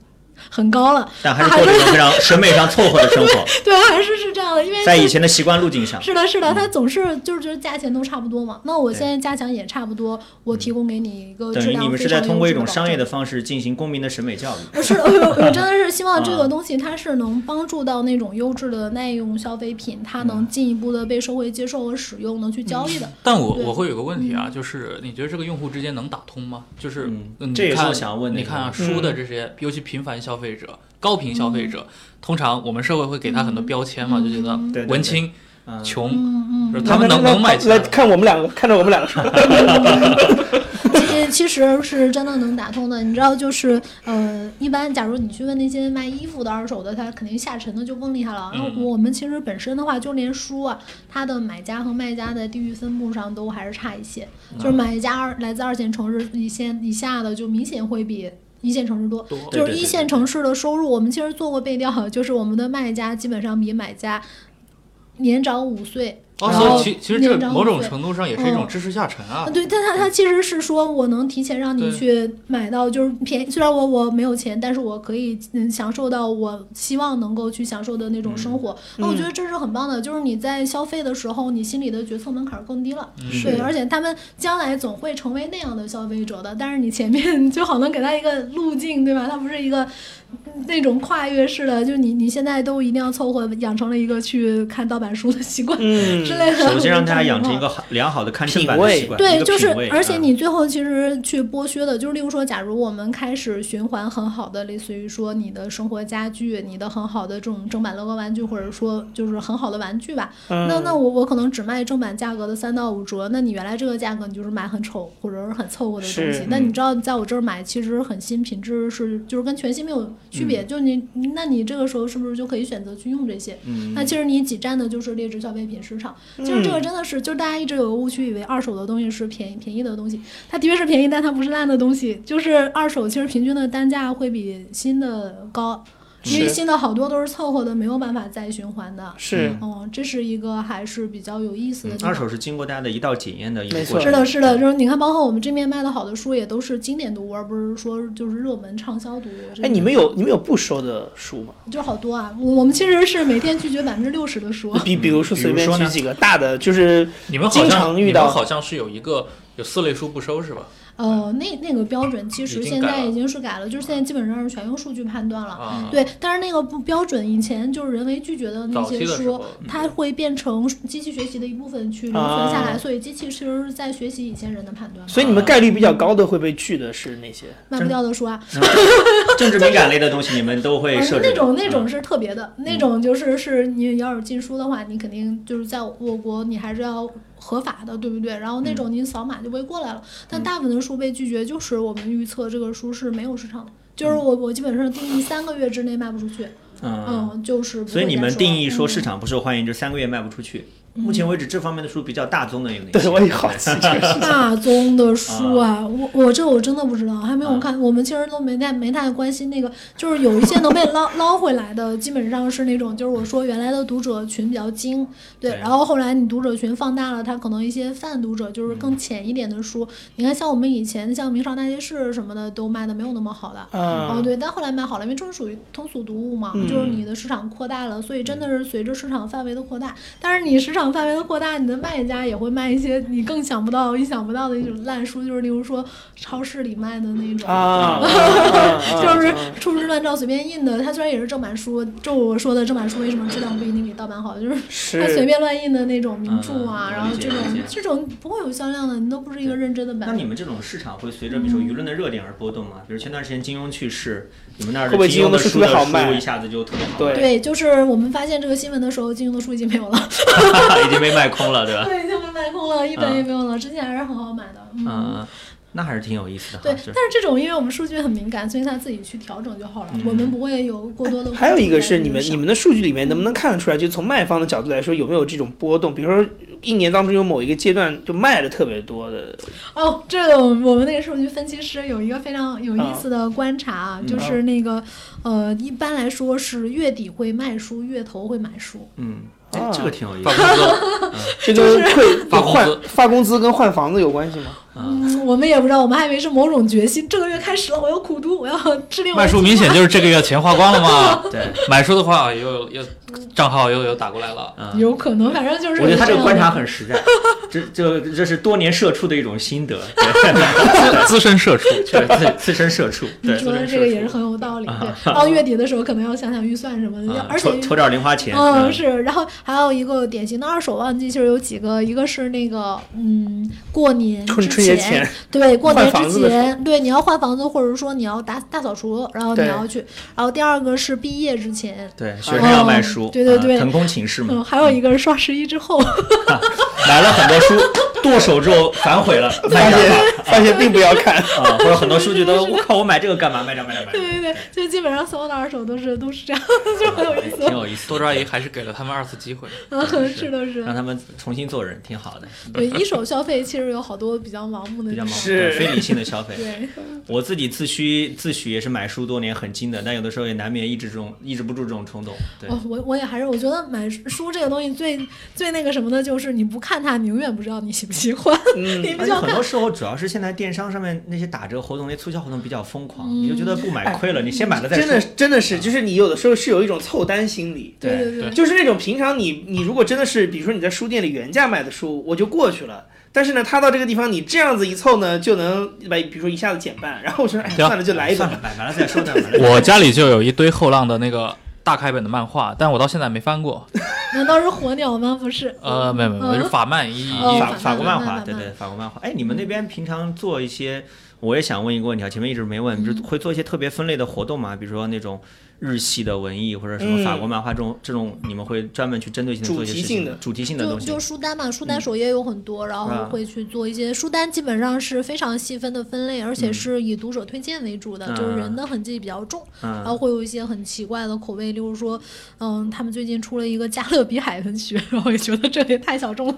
[SPEAKER 3] 很高了，
[SPEAKER 2] 但还是过着一种非常审美上凑合的生活，
[SPEAKER 3] 对，还啊 是是这样的，因为
[SPEAKER 2] 在
[SPEAKER 3] 就
[SPEAKER 2] 以前的嗯习惯路径上，
[SPEAKER 3] 是的，是的，他总是就是觉得价钱都差不多嘛。那我现在价钱也差不多，我提供给你一个
[SPEAKER 2] 等
[SPEAKER 3] 质
[SPEAKER 2] 于
[SPEAKER 3] 量
[SPEAKER 2] 你们
[SPEAKER 3] 非
[SPEAKER 2] 是在
[SPEAKER 3] 常
[SPEAKER 2] 通
[SPEAKER 3] 优
[SPEAKER 2] 过一
[SPEAKER 3] 质
[SPEAKER 2] 种商业
[SPEAKER 3] 保证
[SPEAKER 2] 的方式进行公民的审美教育。
[SPEAKER 3] 不是，我我真的是希望这个
[SPEAKER 2] 啊
[SPEAKER 3] 东西它是能帮助到那种优质的耐用消费品，它能进一步的被社会接受和使用，能去交易的。
[SPEAKER 5] 但我
[SPEAKER 3] 对嗯
[SPEAKER 5] 我会有个问题啊，就是你觉得这个用户之间能打通吗？就是
[SPEAKER 2] 嗯
[SPEAKER 5] 你
[SPEAKER 2] 这也是
[SPEAKER 5] 看
[SPEAKER 2] 我想问的
[SPEAKER 5] 你看啊，书的这
[SPEAKER 3] 嗯
[SPEAKER 5] 些，尤其平凡消费者、高频消费者，通常我们社会会给他很多标签嘛，就觉
[SPEAKER 2] 对
[SPEAKER 5] 得
[SPEAKER 2] 对
[SPEAKER 5] 文青、
[SPEAKER 2] 嗯，
[SPEAKER 5] 穷，
[SPEAKER 3] 嗯
[SPEAKER 5] 就是
[SPEAKER 3] 嗯
[SPEAKER 5] 他们能
[SPEAKER 4] 来
[SPEAKER 5] 能买起
[SPEAKER 4] 来
[SPEAKER 5] 来
[SPEAKER 4] 来看我们两个，看着我们两个说，
[SPEAKER 3] 其其实是真的能打通的。你知道，就是呃，一般假如你去问那些卖衣服的二手的，他肯定下沉的就更厉害了。那、
[SPEAKER 5] 嗯
[SPEAKER 3] 我们其实本身的话，就连书啊，它的买家和卖家的地域分布上都还是差一些。就是买家二来自二线城市以线以下的，就明显会比一线城市多。
[SPEAKER 5] 多
[SPEAKER 2] 对
[SPEAKER 3] 就是一线城市的收入，我们其实做过背调，就是我们的卖家基本上比买家年长五岁。
[SPEAKER 5] 哦，
[SPEAKER 3] 然
[SPEAKER 5] 所
[SPEAKER 3] 后
[SPEAKER 5] 以其其实这
[SPEAKER 3] 年长
[SPEAKER 5] 某种
[SPEAKER 3] 五岁
[SPEAKER 5] 程度上也是一种
[SPEAKER 3] 嗯
[SPEAKER 5] 知识下沉啊
[SPEAKER 3] 啊，。对，但他他其实是说，我能提前让你
[SPEAKER 5] 对
[SPEAKER 3] 去买到，就是便宜。虽然我我没有钱，但是我可以嗯享受到我希望能够去享受的那种生活。
[SPEAKER 2] 嗯
[SPEAKER 3] 那、我觉得这是很棒的，就是你在消费的时候，你心里的决策门槛更低了。
[SPEAKER 5] 嗯
[SPEAKER 3] 对，而且他们将来总会成为那样的消费者的，但是你前面就好能给他一个路径，对吧？他不是一个嗯那种跨越式的，就是你你现在都一定要凑合，养成了一个去看盗版书的习惯
[SPEAKER 4] 嗯
[SPEAKER 3] 之类的。
[SPEAKER 2] 首先让大家养成一
[SPEAKER 3] 个。
[SPEAKER 2] 个好良好的看正
[SPEAKER 4] 品
[SPEAKER 2] 版的
[SPEAKER 4] 味
[SPEAKER 2] 习惯，一
[SPEAKER 3] 嗯对，
[SPEAKER 2] 个
[SPEAKER 3] 就是
[SPEAKER 2] 品味，
[SPEAKER 3] 而且
[SPEAKER 2] 嗯
[SPEAKER 3] 你最后其实去剥削的，就是例如说，假如我们开始循环很好的，类似于说你的生活家具、你的很好的这种正版乐高玩具，或者说就是很好的玩具吧，那
[SPEAKER 2] 嗯
[SPEAKER 3] 那我我可能只卖正版价格的三到五折，那你原来这个价格你就是买很丑或者是很凑合的东
[SPEAKER 4] 是
[SPEAKER 3] 西，那
[SPEAKER 2] 嗯
[SPEAKER 3] 你知道在我这儿买其实很新，品质是就是跟全新没有区
[SPEAKER 2] 嗯
[SPEAKER 3] 别，就你那你这个时候是不是就可以选择去用这些？
[SPEAKER 2] 嗯
[SPEAKER 3] 那其实你挤占的就是劣质消费品市场。其实这
[SPEAKER 4] 嗯
[SPEAKER 3] 个真的是，就是大家一直有个误区，以为二手的东西是便宜便宜的东西，它的确是便宜，但它不是烂的东西。就是二手其实平均的单价会比新的高，因为
[SPEAKER 4] 是
[SPEAKER 3] 新的好多都是凑合的，没有办法再循环的。
[SPEAKER 4] 是嗯
[SPEAKER 3] 嗯，这是一个还是比较有意思的地方。
[SPEAKER 2] 二手是经过大家的一道检验的一个
[SPEAKER 4] 没错
[SPEAKER 2] 过程。
[SPEAKER 3] 是的，是的，就是你看，包括我们这面卖的好的书，也都是经典读物，而不是说就是热门畅销读物。这
[SPEAKER 4] 哎，
[SPEAKER 3] 种
[SPEAKER 4] 你们有你们有不收的书吗？
[SPEAKER 3] 就是好多啊，我我们其实是每天拒绝百分之六十的 书。
[SPEAKER 4] 比比如说
[SPEAKER 2] 比
[SPEAKER 4] 随
[SPEAKER 2] 如
[SPEAKER 4] 便
[SPEAKER 2] 说
[SPEAKER 4] 举
[SPEAKER 2] 呢
[SPEAKER 4] 几个大的，就是
[SPEAKER 5] 你们好
[SPEAKER 4] 经
[SPEAKER 5] 像
[SPEAKER 4] 常
[SPEAKER 5] 你
[SPEAKER 4] 遇
[SPEAKER 5] 们
[SPEAKER 4] 到
[SPEAKER 5] 好像是有一个有四类书不收是吧？
[SPEAKER 3] 呃，那那个标准其实
[SPEAKER 5] 嗯已经
[SPEAKER 3] 现
[SPEAKER 5] 改
[SPEAKER 3] 在
[SPEAKER 5] 了
[SPEAKER 3] 已经是改了，就是现在基本上是全用数据判断了。
[SPEAKER 5] 啊，
[SPEAKER 3] 对，但是那个不标准，以前就是人为拒绝的那
[SPEAKER 5] 早
[SPEAKER 3] 些
[SPEAKER 5] 期的时
[SPEAKER 3] 书
[SPEAKER 5] 候，嗯
[SPEAKER 3] 它会变成机器学习的一部分去留存下来，
[SPEAKER 4] 啊
[SPEAKER 3] 所以机器其实是在学习以前人的判断嘛。
[SPEAKER 4] 所以你们概率比较高的会被拒的是哪些？
[SPEAKER 3] 卖不掉的书啊，
[SPEAKER 2] 政治敏感类的东西，你们都会
[SPEAKER 3] 啊
[SPEAKER 2] 设置
[SPEAKER 3] 那种那
[SPEAKER 2] 嗯
[SPEAKER 3] 种是特别的，那种就是是你要是禁书的话，你肯定就是在我国你还是要合法的，对不对？然后那
[SPEAKER 2] 嗯
[SPEAKER 3] 种你扫码就会过来了，但大部分的书被拒绝，就是我们预测这个书是没有市场的。就是我，我基本上定义三个月之内卖不出去，
[SPEAKER 2] 嗯。
[SPEAKER 3] 嗯，就是不
[SPEAKER 2] 所以
[SPEAKER 3] 会
[SPEAKER 2] 你
[SPEAKER 3] 再
[SPEAKER 2] 们
[SPEAKER 3] 说
[SPEAKER 2] 定
[SPEAKER 3] 了
[SPEAKER 2] 义说
[SPEAKER 3] 嗯
[SPEAKER 2] 市场不受欢迎，就是三个月卖不出去，目前为止，这方面的书比较大宗的有哪些？
[SPEAKER 4] 对，我也好奇 这个事情。
[SPEAKER 3] 大宗的书啊，我我这我真的不知道，还没有看。我们其实都没太没太关心那个，就是有一些能被捞捞回来的，基本上是那种，就是我说原来的读者群比较精，对，
[SPEAKER 2] 对
[SPEAKER 3] 然后后来你读者群放大了，它可能一些泛读者就是更浅一点的书。你看，像我们以前像《明朝大街市》什么的都卖的没有那么好的，哦，
[SPEAKER 4] 嗯，
[SPEAKER 3] 对，但后来卖好了，因为这是属于通俗读物嘛，
[SPEAKER 2] 嗯
[SPEAKER 3] 就是你的市场扩大了，所以真的是随着市场范围的扩大。但是你市场范围的扩大，你的卖家也会卖一些你更想不到、意想不到的一种烂书，就是例如说超市里卖的那种。
[SPEAKER 4] 啊，
[SPEAKER 2] 啊
[SPEAKER 3] 就是处之乱造随便印的，它虽然也是正版书，就我说的正版书为什么质量不一定比盗版好，就是
[SPEAKER 4] 是
[SPEAKER 3] 它随便乱印的那种名著
[SPEAKER 2] 嗯
[SPEAKER 3] 啊，
[SPEAKER 2] 嗯
[SPEAKER 3] 然后
[SPEAKER 2] 理解
[SPEAKER 3] 这种
[SPEAKER 2] 理解
[SPEAKER 3] 这种不会有销量的，你都不是一个认真的版
[SPEAKER 2] 那
[SPEAKER 3] 本。
[SPEAKER 2] 你们这种市场会随着比如说舆论的热点而波动吗？比如前段时间金庸去世，你们那儿
[SPEAKER 4] 会不会金
[SPEAKER 2] 金
[SPEAKER 4] 庸的
[SPEAKER 2] 的
[SPEAKER 4] 书
[SPEAKER 2] 书
[SPEAKER 4] 特别好卖
[SPEAKER 2] 书一下子就特别 好
[SPEAKER 4] 对
[SPEAKER 3] 对，就是我们发现这个新闻的时候，金庸的书已经没有了。
[SPEAKER 2] 卖，已经被卖空了，对 吧？
[SPEAKER 3] 对，已经被卖空了，一本也没有了，之前还是很好买的。嗯，
[SPEAKER 2] 嗯，那还是挺有意思的哈。
[SPEAKER 3] 对，
[SPEAKER 2] 就是
[SPEAKER 3] 但这种因为我们数据很敏感，所以他自己去调整就好了，
[SPEAKER 2] 嗯
[SPEAKER 3] 我们不会有过多的。
[SPEAKER 4] 还有一个是你们你们的数据里面能不能看得出来，就从卖方的角度来说有没有这种波动？比如说一年当中有某一个阶段就卖的特别多的，
[SPEAKER 3] 哦，这个我们我们那个数据分析师有一个非常有意思的
[SPEAKER 4] 嗯
[SPEAKER 3] 观察，啊、就是那个呃，一般来说是月底会卖书，月头会买书。
[SPEAKER 2] 嗯，哎
[SPEAKER 4] 啊
[SPEAKER 2] 这个挺有意思
[SPEAKER 5] 发
[SPEAKER 2] 的。
[SPEAKER 5] 工资，
[SPEAKER 4] 这跟退
[SPEAKER 5] 发工资
[SPEAKER 4] 换 发工资跟换房子有关系吗？
[SPEAKER 3] 嗯，我们也不知道，我们还以为是某种决心，这个月开始了，我要苦读，我要制定我的
[SPEAKER 5] 卖书
[SPEAKER 3] 计
[SPEAKER 5] 明
[SPEAKER 3] 划
[SPEAKER 5] 显就是这个月钱花光 了嘛。
[SPEAKER 2] 对，
[SPEAKER 5] 买书的话哎又又账号又有打过来了，
[SPEAKER 2] 嗯，
[SPEAKER 3] 有可能，反正就是
[SPEAKER 2] 我觉得他这
[SPEAKER 3] 这
[SPEAKER 2] 个
[SPEAKER 3] 样
[SPEAKER 2] 观察
[SPEAKER 3] 的
[SPEAKER 2] 很实在，这这这是多年社畜的一种心得，对，
[SPEAKER 5] 资资深 社畜。
[SPEAKER 2] 确实自身社畜，对，
[SPEAKER 3] 你
[SPEAKER 2] 自
[SPEAKER 3] 说的
[SPEAKER 2] 身
[SPEAKER 3] 这个也
[SPEAKER 2] 社
[SPEAKER 3] 是
[SPEAKER 2] 畜，
[SPEAKER 3] 很有道理，对。到月底的时候可能要想想预算什么的，要
[SPEAKER 2] 啊
[SPEAKER 3] 嗯而且
[SPEAKER 2] 抽抽点零花钱，啊
[SPEAKER 3] 嗯，是，然后还有一个典型的二手旺季，其实有几个，一个是那个，嗯，过年
[SPEAKER 4] 春
[SPEAKER 3] 之
[SPEAKER 4] 春节前，
[SPEAKER 3] 对，过
[SPEAKER 4] 换
[SPEAKER 3] 年
[SPEAKER 4] 房
[SPEAKER 3] 之
[SPEAKER 4] 子的时候
[SPEAKER 3] 前，对，你要换房子，或者说你要打大扫除，然后你
[SPEAKER 4] 对
[SPEAKER 3] 要去，然后第二个是毕业之前，
[SPEAKER 2] 对，学生要卖
[SPEAKER 3] 哦
[SPEAKER 2] 书，
[SPEAKER 3] 对对
[SPEAKER 2] 啊
[SPEAKER 3] 对
[SPEAKER 2] 腾空请示
[SPEAKER 3] 嗯，
[SPEAKER 2] 嘛，
[SPEAKER 3] 还有一个是双十一之后，
[SPEAKER 2] 买了很多书，剁手之后反悔了，卖掉
[SPEAKER 4] 发
[SPEAKER 2] 吧，
[SPEAKER 4] 现发现并不要看，
[SPEAKER 2] 啊，或者很多书觉得我靠，我买这个干嘛？卖掉卖掉卖掉
[SPEAKER 3] 对，对对，就基本上所有的二手都是都是这样， 就很有意
[SPEAKER 2] 挺有意思
[SPEAKER 5] 多
[SPEAKER 2] 的，
[SPEAKER 5] 抓阿姨还是给了他们二次机会。
[SPEAKER 3] 思， 是的是
[SPEAKER 2] 让
[SPEAKER 3] 的，
[SPEAKER 2] 他们重新做人，挺好的，
[SPEAKER 3] 对，一手消费其实有好多比较盲目的
[SPEAKER 2] 比
[SPEAKER 3] 地
[SPEAKER 2] 较
[SPEAKER 3] 方，
[SPEAKER 2] 忙，
[SPEAKER 4] 是
[SPEAKER 2] 对非理性的消费。
[SPEAKER 3] 嗯对。
[SPEAKER 2] 我自己自诩自诩也是买书多年很精的，但有的时候也难免抑制这种抑制不住这种冲动。对，
[SPEAKER 3] 我哦我我也还是我觉得买书这个东西最最那个什么的，就是你不看它，你永远不知道你喜不喜欢，
[SPEAKER 4] 嗯
[SPEAKER 3] 你
[SPEAKER 2] 而
[SPEAKER 3] 必须
[SPEAKER 2] 且
[SPEAKER 3] 要
[SPEAKER 2] 嗯很
[SPEAKER 3] 看
[SPEAKER 2] 多。时候主要是现在电商上面那些打折活动、那促销活动比较疯狂，你就觉得不买亏了，你先买了再说。
[SPEAKER 4] 真的真的是，就是你有的时候是有一种凑单心理。
[SPEAKER 3] 对
[SPEAKER 2] 对
[SPEAKER 3] 对对，
[SPEAKER 4] 就是那种平常你你如果真的是，比如说你在书店里原价买的书，我就过去了。但是呢，他到这个地方你这样子一凑呢，就能把比如说一下子减半。然后我说，哎，
[SPEAKER 5] 行
[SPEAKER 4] 算了，就来一本
[SPEAKER 2] 算
[SPEAKER 4] 吧。
[SPEAKER 2] 了，买买了再说。再买 了再说
[SPEAKER 5] 我家里就有一堆后浪的那个大开本的漫画，但我到现在没翻过。
[SPEAKER 3] 难道是火鸟吗？不是，
[SPEAKER 2] 啊
[SPEAKER 5] 呃，没有没有，
[SPEAKER 3] 嗯
[SPEAKER 5] 就是法漫一
[SPEAKER 3] 哦
[SPEAKER 2] 法
[SPEAKER 3] 法
[SPEAKER 2] 法国
[SPEAKER 3] 漫
[SPEAKER 2] 漫
[SPEAKER 3] 漫
[SPEAKER 2] 画，
[SPEAKER 3] 漫
[SPEAKER 2] 对
[SPEAKER 3] 漫
[SPEAKER 2] 对，法国漫画。哎，你们那边平常做一些，我也想问一个问题啊，前面一直没问，就是会做一些特别分类的活动吗？比如说那种日系的文艺，或者什么
[SPEAKER 4] 嗯
[SPEAKER 2] 法国漫画这种这种，你们会专门去针对性的做一些
[SPEAKER 4] 主题
[SPEAKER 2] 事
[SPEAKER 4] 性
[SPEAKER 2] 情
[SPEAKER 4] 的
[SPEAKER 2] 吗，主题性的
[SPEAKER 3] 就
[SPEAKER 2] 东西嗯
[SPEAKER 3] 就。书单嘛，书单首页有很多，然
[SPEAKER 2] 啊
[SPEAKER 3] 后会去做一些书单，基本上是非常细分的分类，而且是以读者推荐为主的，
[SPEAKER 2] 嗯
[SPEAKER 3] 就是人的痕迹比较重，然后
[SPEAKER 2] 嗯，
[SPEAKER 3] 会有一些很奇怪的口味，例如说，嗯，他们最近出了一个加勒比海文学， 然后也觉得这也太小众了，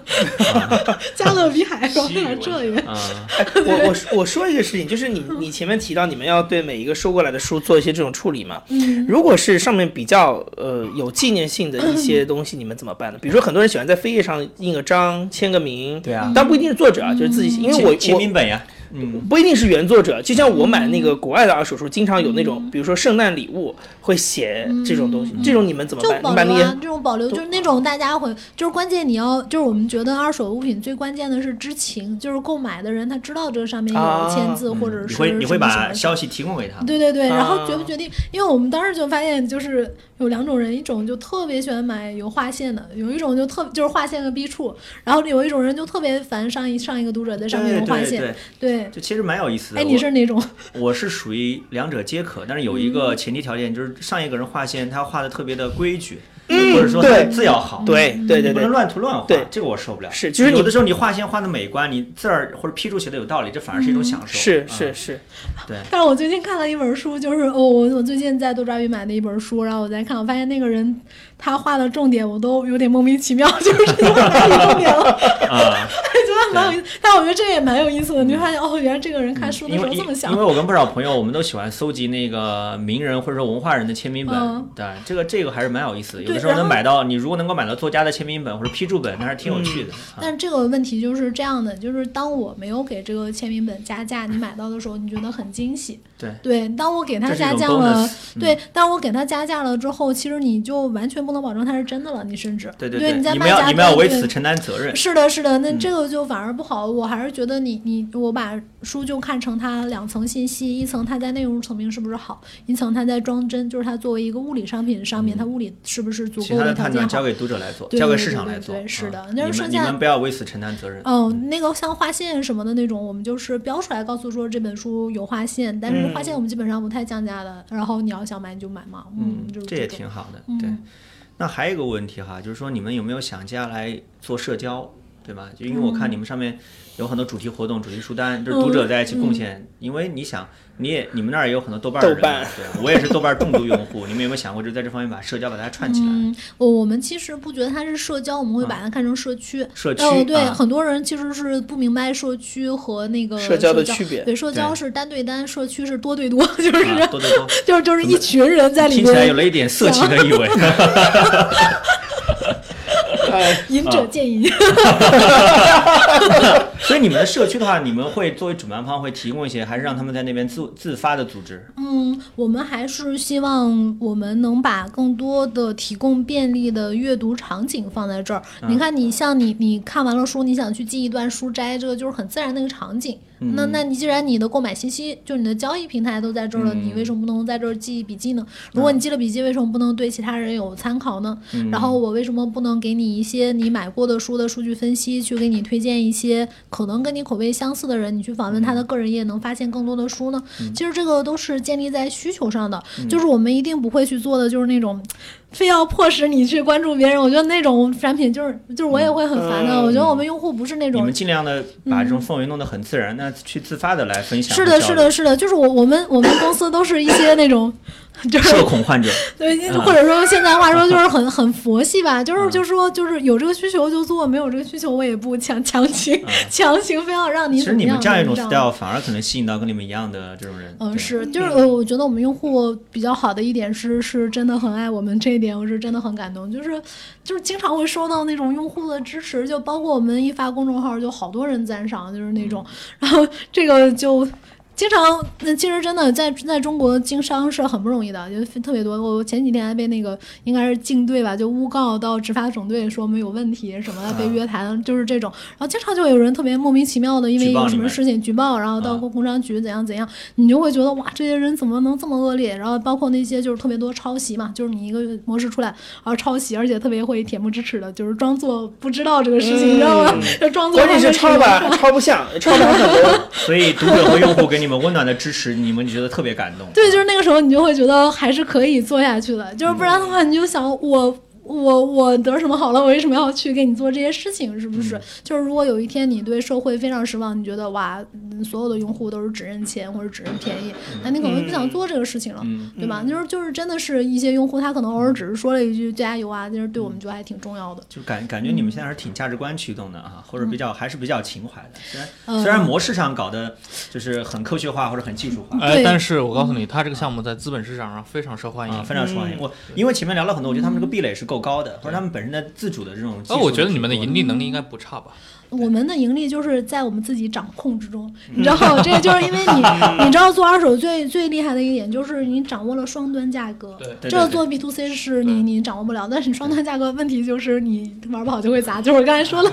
[SPEAKER 3] 加勒比海，然后
[SPEAKER 5] 西语文学
[SPEAKER 3] 这也
[SPEAKER 2] 啊，
[SPEAKER 4] 哎 我我说我说一个事情，就是你
[SPEAKER 3] 嗯
[SPEAKER 4] 你前面提到你们要对每一个收过来的书做一些这种处理嘛。
[SPEAKER 3] 嗯
[SPEAKER 4] 如果是上面比较呃有纪念性的一
[SPEAKER 3] 嗯
[SPEAKER 4] 些东西，你们怎么办呢？比如说很多人喜欢在扉页上印个章、签个名，
[SPEAKER 2] 对啊
[SPEAKER 4] 但不一定是作者啊，就是自
[SPEAKER 3] 嗯
[SPEAKER 4] 己，因为我
[SPEAKER 2] 签
[SPEAKER 4] 我
[SPEAKER 2] 名本呀，嗯，
[SPEAKER 4] 不一定是原作者，就像我买那
[SPEAKER 3] 嗯
[SPEAKER 4] 个国外的二手书，经常有那种，比如说圣诞礼物会写这种东西，这种你们怎
[SPEAKER 3] 嗯
[SPEAKER 4] 么
[SPEAKER 3] 就
[SPEAKER 4] 办？
[SPEAKER 3] 保
[SPEAKER 4] 你把那
[SPEAKER 3] 留啊
[SPEAKER 4] 些，
[SPEAKER 3] 这种保留就是那种大家会，就是关键你要，就是我们觉得二手物品最关键的是知情，就是购买的人他知道这上面有签字或者
[SPEAKER 2] 啊嗯你
[SPEAKER 3] 是
[SPEAKER 2] 会你会
[SPEAKER 3] 什
[SPEAKER 2] 把
[SPEAKER 3] 么什
[SPEAKER 2] 消
[SPEAKER 3] 么
[SPEAKER 2] 息提供给他们。
[SPEAKER 3] 对对对，
[SPEAKER 4] 啊
[SPEAKER 3] 然后决不决定？因为我们当时就发现，就是有两种人，一种就特别喜欢买有划线的，有一种就特就是划线个逼处，然后有一种人就特别烦上一上一个读者在上面有划
[SPEAKER 2] 对
[SPEAKER 3] 线。
[SPEAKER 2] 对，
[SPEAKER 3] 对，
[SPEAKER 2] 就其实蛮有意思的。
[SPEAKER 3] 哎，你是哪种？
[SPEAKER 2] 我是属于
[SPEAKER 4] 嗯
[SPEAKER 2] 两者皆可，但是有一个前提条件，就是上一个人划线，他画的特别的规矩。或者说它
[SPEAKER 4] 嗯对
[SPEAKER 2] 的字要好，
[SPEAKER 4] 对对
[SPEAKER 2] 你
[SPEAKER 4] 对
[SPEAKER 2] 不
[SPEAKER 4] 对
[SPEAKER 2] 能，乱涂乱画
[SPEAKER 4] 对，
[SPEAKER 2] 这个我受不了。
[SPEAKER 4] 是就是你
[SPEAKER 2] 有的时候你画线画的美观，你字儿或者批注写的有道理，这反而是一种享受。
[SPEAKER 4] 是
[SPEAKER 2] 嗯
[SPEAKER 4] 是，是，
[SPEAKER 3] 但是我最近看了一本书，就是哦我我最近在多抓鱼买的一本书，然后我在看，我发现那个人他画的重点我都有点莫名其妙，就是 他有重点了，
[SPEAKER 2] 啊，嗯
[SPEAKER 3] 觉得蛮有意 思。但我觉得这也蛮有意思的，你会发现哦，原来这个人看书的
[SPEAKER 2] 因
[SPEAKER 3] 时
[SPEAKER 2] 为
[SPEAKER 3] 候这么想
[SPEAKER 2] 因为。我跟不少朋友，我们都喜欢搜集那个名人或者说文化人的签名本
[SPEAKER 3] 嗯，
[SPEAKER 2] 对，这个这个还是蛮有意思的。有
[SPEAKER 3] 对
[SPEAKER 2] 的时候
[SPEAKER 3] 然
[SPEAKER 2] 能
[SPEAKER 3] 后
[SPEAKER 2] 买到，你如果能够买到作家的签名本或者批注本，那还是挺有趣的。啊
[SPEAKER 3] 但是这个问题就是这样的，就是当我没有给这个签名本加价，你买到的时候，你觉得很惊喜。
[SPEAKER 2] 对
[SPEAKER 3] 对，当我给它
[SPEAKER 2] 这是一
[SPEAKER 3] 加
[SPEAKER 2] 种
[SPEAKER 3] 价了
[SPEAKER 2] bonus，，嗯
[SPEAKER 3] 对，当我给它加价了之后，其实你就完全不能保证它是真的了，你甚至
[SPEAKER 2] 对
[SPEAKER 3] 对
[SPEAKER 2] 对
[SPEAKER 3] 你在
[SPEAKER 2] 你们
[SPEAKER 3] 卖
[SPEAKER 2] 要
[SPEAKER 3] 价
[SPEAKER 2] 你们要
[SPEAKER 3] 对
[SPEAKER 2] 为
[SPEAKER 3] 对
[SPEAKER 2] 此承担责任。
[SPEAKER 3] 是的，是的，那
[SPEAKER 2] 嗯
[SPEAKER 3] 这个就反而不好。我还是觉得你你我把书就看成它两层信息，一层它在内容层面是不是好，一层它在装帧，就是它作为一个物理商品上面，它物理是不是足
[SPEAKER 2] 嗯其
[SPEAKER 3] 够
[SPEAKER 2] 他
[SPEAKER 3] 的
[SPEAKER 2] 的
[SPEAKER 3] 条
[SPEAKER 2] 判
[SPEAKER 3] 件
[SPEAKER 2] 断
[SPEAKER 3] 好
[SPEAKER 2] 交。给读者来做，
[SPEAKER 3] 对
[SPEAKER 2] 交给
[SPEAKER 3] 对
[SPEAKER 2] 市
[SPEAKER 3] 对
[SPEAKER 2] 场
[SPEAKER 3] 对
[SPEAKER 2] 来做。
[SPEAKER 3] 对是的
[SPEAKER 2] 啊
[SPEAKER 3] 那
[SPEAKER 2] 你
[SPEAKER 3] 剩
[SPEAKER 2] 们你
[SPEAKER 3] 下
[SPEAKER 2] 们不要为此承担责任。
[SPEAKER 3] 哦，那个像划线什么的那种，我们就是标出来告诉说这本书有划线，但是划
[SPEAKER 2] 嗯
[SPEAKER 3] 线我们基本上不太降价的。然后你要想买你就买嘛，嗯，就是
[SPEAKER 2] 这也
[SPEAKER 3] 种
[SPEAKER 2] 挺好的，
[SPEAKER 3] 嗯
[SPEAKER 2] 对。那还有一个问题哈，就是说你们有没有想接下来做社交，对吧？就因为我
[SPEAKER 3] 嗯
[SPEAKER 2] 看你们上面有很多主题活动、主题书单，就是读者在一起
[SPEAKER 3] 嗯
[SPEAKER 2] 贡献。因为你想，你也你们那儿也有很多豆瓣儿的
[SPEAKER 4] 豆
[SPEAKER 2] 人
[SPEAKER 4] 瓣
[SPEAKER 2] 嘛，对我也是豆瓣儿重度用户。你们有没有想过，就在这方面把社交把它串起来？
[SPEAKER 3] 嗯，我我们其实不觉得它是社交，我们会把它看成社区。
[SPEAKER 2] 啊社区、
[SPEAKER 3] 哦，对，
[SPEAKER 2] 啊
[SPEAKER 3] 很多人其实是不明白社区和那个
[SPEAKER 4] 社交的区别
[SPEAKER 3] 对，社交
[SPEAKER 2] 对
[SPEAKER 3] 是单对单，社区是多对多， 就是、
[SPEAKER 2] 啊，多多多，
[SPEAKER 3] 就是就是一群人在里
[SPEAKER 2] 听起来有
[SPEAKER 3] 面，
[SPEAKER 2] 了一点色情的意 味。
[SPEAKER 4] 哎，
[SPEAKER 3] 饮
[SPEAKER 2] 啊
[SPEAKER 3] 者见饮。
[SPEAKER 2] 所以你们的社区的话，你们会作为主办方会提供一些，还是让他们在那边自自发的组织？
[SPEAKER 3] 嗯，我们还是希望我们能把更多的提供便利的阅读场景放在这儿。你
[SPEAKER 2] 嗯
[SPEAKER 3] 看，你像你你看完了书，你想去记一段书摘，这个就是很自然的一个场景。那那你既然你的购买信息，就是你的交易平台都在这儿了，你为什么不能在这儿记笔记呢？如果你记了笔记，为什么不能对其他人有参考呢？然后我为什么不能给你一些你买过的书的数据分析，去给你推荐一些可能跟你口味相似的人，你去访问他的个人页，能发现更多的书呢？其实这个都是建立在需求上的，就是我们一定不会去做的，就是那种。非要迫使你去关注别人，我觉得那种产品就是就是我也会很烦的。
[SPEAKER 4] 嗯
[SPEAKER 3] 我觉得我们用户不是那
[SPEAKER 2] 你
[SPEAKER 3] 种嗯
[SPEAKER 2] 们尽量的把这种氛围弄得很自然，那去自发的来分享。
[SPEAKER 3] 是的，是的，，是的，就是我我们我们公司都是一些那种， 就是
[SPEAKER 2] 社恐患者，
[SPEAKER 3] 对，
[SPEAKER 2] 嗯
[SPEAKER 3] 或者说现在话说就是很很佛系吧，就是就是说就是有这个需求就做，没有这个需求我也不强强行、强行非要 让你
[SPEAKER 2] 嗯其
[SPEAKER 3] 怎
[SPEAKER 2] 实
[SPEAKER 3] 么
[SPEAKER 2] 你们
[SPEAKER 3] 样。
[SPEAKER 2] 这样一种
[SPEAKER 3] 你知道吗
[SPEAKER 2] style 反而可能吸引到跟你们一样的这种人。
[SPEAKER 3] 嗯，
[SPEAKER 2] 对
[SPEAKER 3] 是，就是呃，我觉得我们用户比较好的一点是，是真的很爱我们这一点，我是真的很感动。就是，就是经常会收到那种用户的支持，就包括我们一发公众号，就好多人赞赏，就是那种，
[SPEAKER 2] 嗯
[SPEAKER 3] 然后这个就。经常，那其实真的在在中国经商是很不容易的，就特别多。我前几天还被那个应该是竞对吧，就诬告到执法总队说我们有问题什么的，
[SPEAKER 2] 啊
[SPEAKER 3] 被约谈，就是这种。然后经常就会有人特别莫名其妙的，因为
[SPEAKER 2] 举报
[SPEAKER 3] 有
[SPEAKER 2] 你
[SPEAKER 3] 什么
[SPEAKER 2] 们
[SPEAKER 3] 事情举报，然后到
[SPEAKER 2] 啊
[SPEAKER 3] 工商局怎样怎样，你就会觉得哇，这些人怎么能这么恶劣？然后包括那些就是特别多抄袭嘛，就是你一个模式出来，然后抄袭，而且特别会恬不知耻的，就是装作不知道这个事情，你知道吗？ 就装作
[SPEAKER 4] 嗯
[SPEAKER 3] 哎他
[SPEAKER 4] 关键是
[SPEAKER 3] 们
[SPEAKER 4] 抄
[SPEAKER 3] 什么
[SPEAKER 4] 吧，还抄不像，抄不像很多。
[SPEAKER 2] 所以读者和用户给你们温暖的支持，你们觉得特别感动。
[SPEAKER 3] 对，就是那个时候你就会觉得还是可以做下去的，就是不然的话你就想我。我我得什么好了？我为什么要去给你做这些事情？是不是？就是如果有一天你对社会非常失望，你觉得哇，嗯所有的用户都是只认钱或者只认便宜，那你可能就不想做这个事情了，
[SPEAKER 2] 嗯
[SPEAKER 3] 对吧？就是就是真的是一些用户他可能偶尔只是说了一句加油啊，就是对我们就还挺重要的。
[SPEAKER 2] 就嗯感感觉你们现在还是挺价值观驱动的啊，或者比较还是比较情怀的。虽然
[SPEAKER 3] 嗯
[SPEAKER 2] 虽然模式上搞的就是很科学化或者很技术化，
[SPEAKER 5] 哎
[SPEAKER 3] 对，
[SPEAKER 5] 但是我告诉你，他这个项目在资本市场上非常受欢迎
[SPEAKER 2] 啊，。非常受欢迎。我因为前面聊了很多，我觉得他们这个壁垒是够高的，或者他们本身的自主的这种技术是
[SPEAKER 5] 呃，
[SPEAKER 2] 挺多。
[SPEAKER 5] 我觉得你们的盈利能力应该不差吧？
[SPEAKER 3] 我们的盈利就是在我们自己掌控之中，
[SPEAKER 2] 嗯
[SPEAKER 3] 你知道 吗，这就是因为你，你知道做二手最最厉害的一点就是你掌握了双端价格。
[SPEAKER 5] 对
[SPEAKER 2] 对
[SPEAKER 3] 这个
[SPEAKER 2] 对
[SPEAKER 3] 做 B to C 是你你掌握不了，但是你双端价格问题就是你玩不好就会砸，就是我刚才 说了，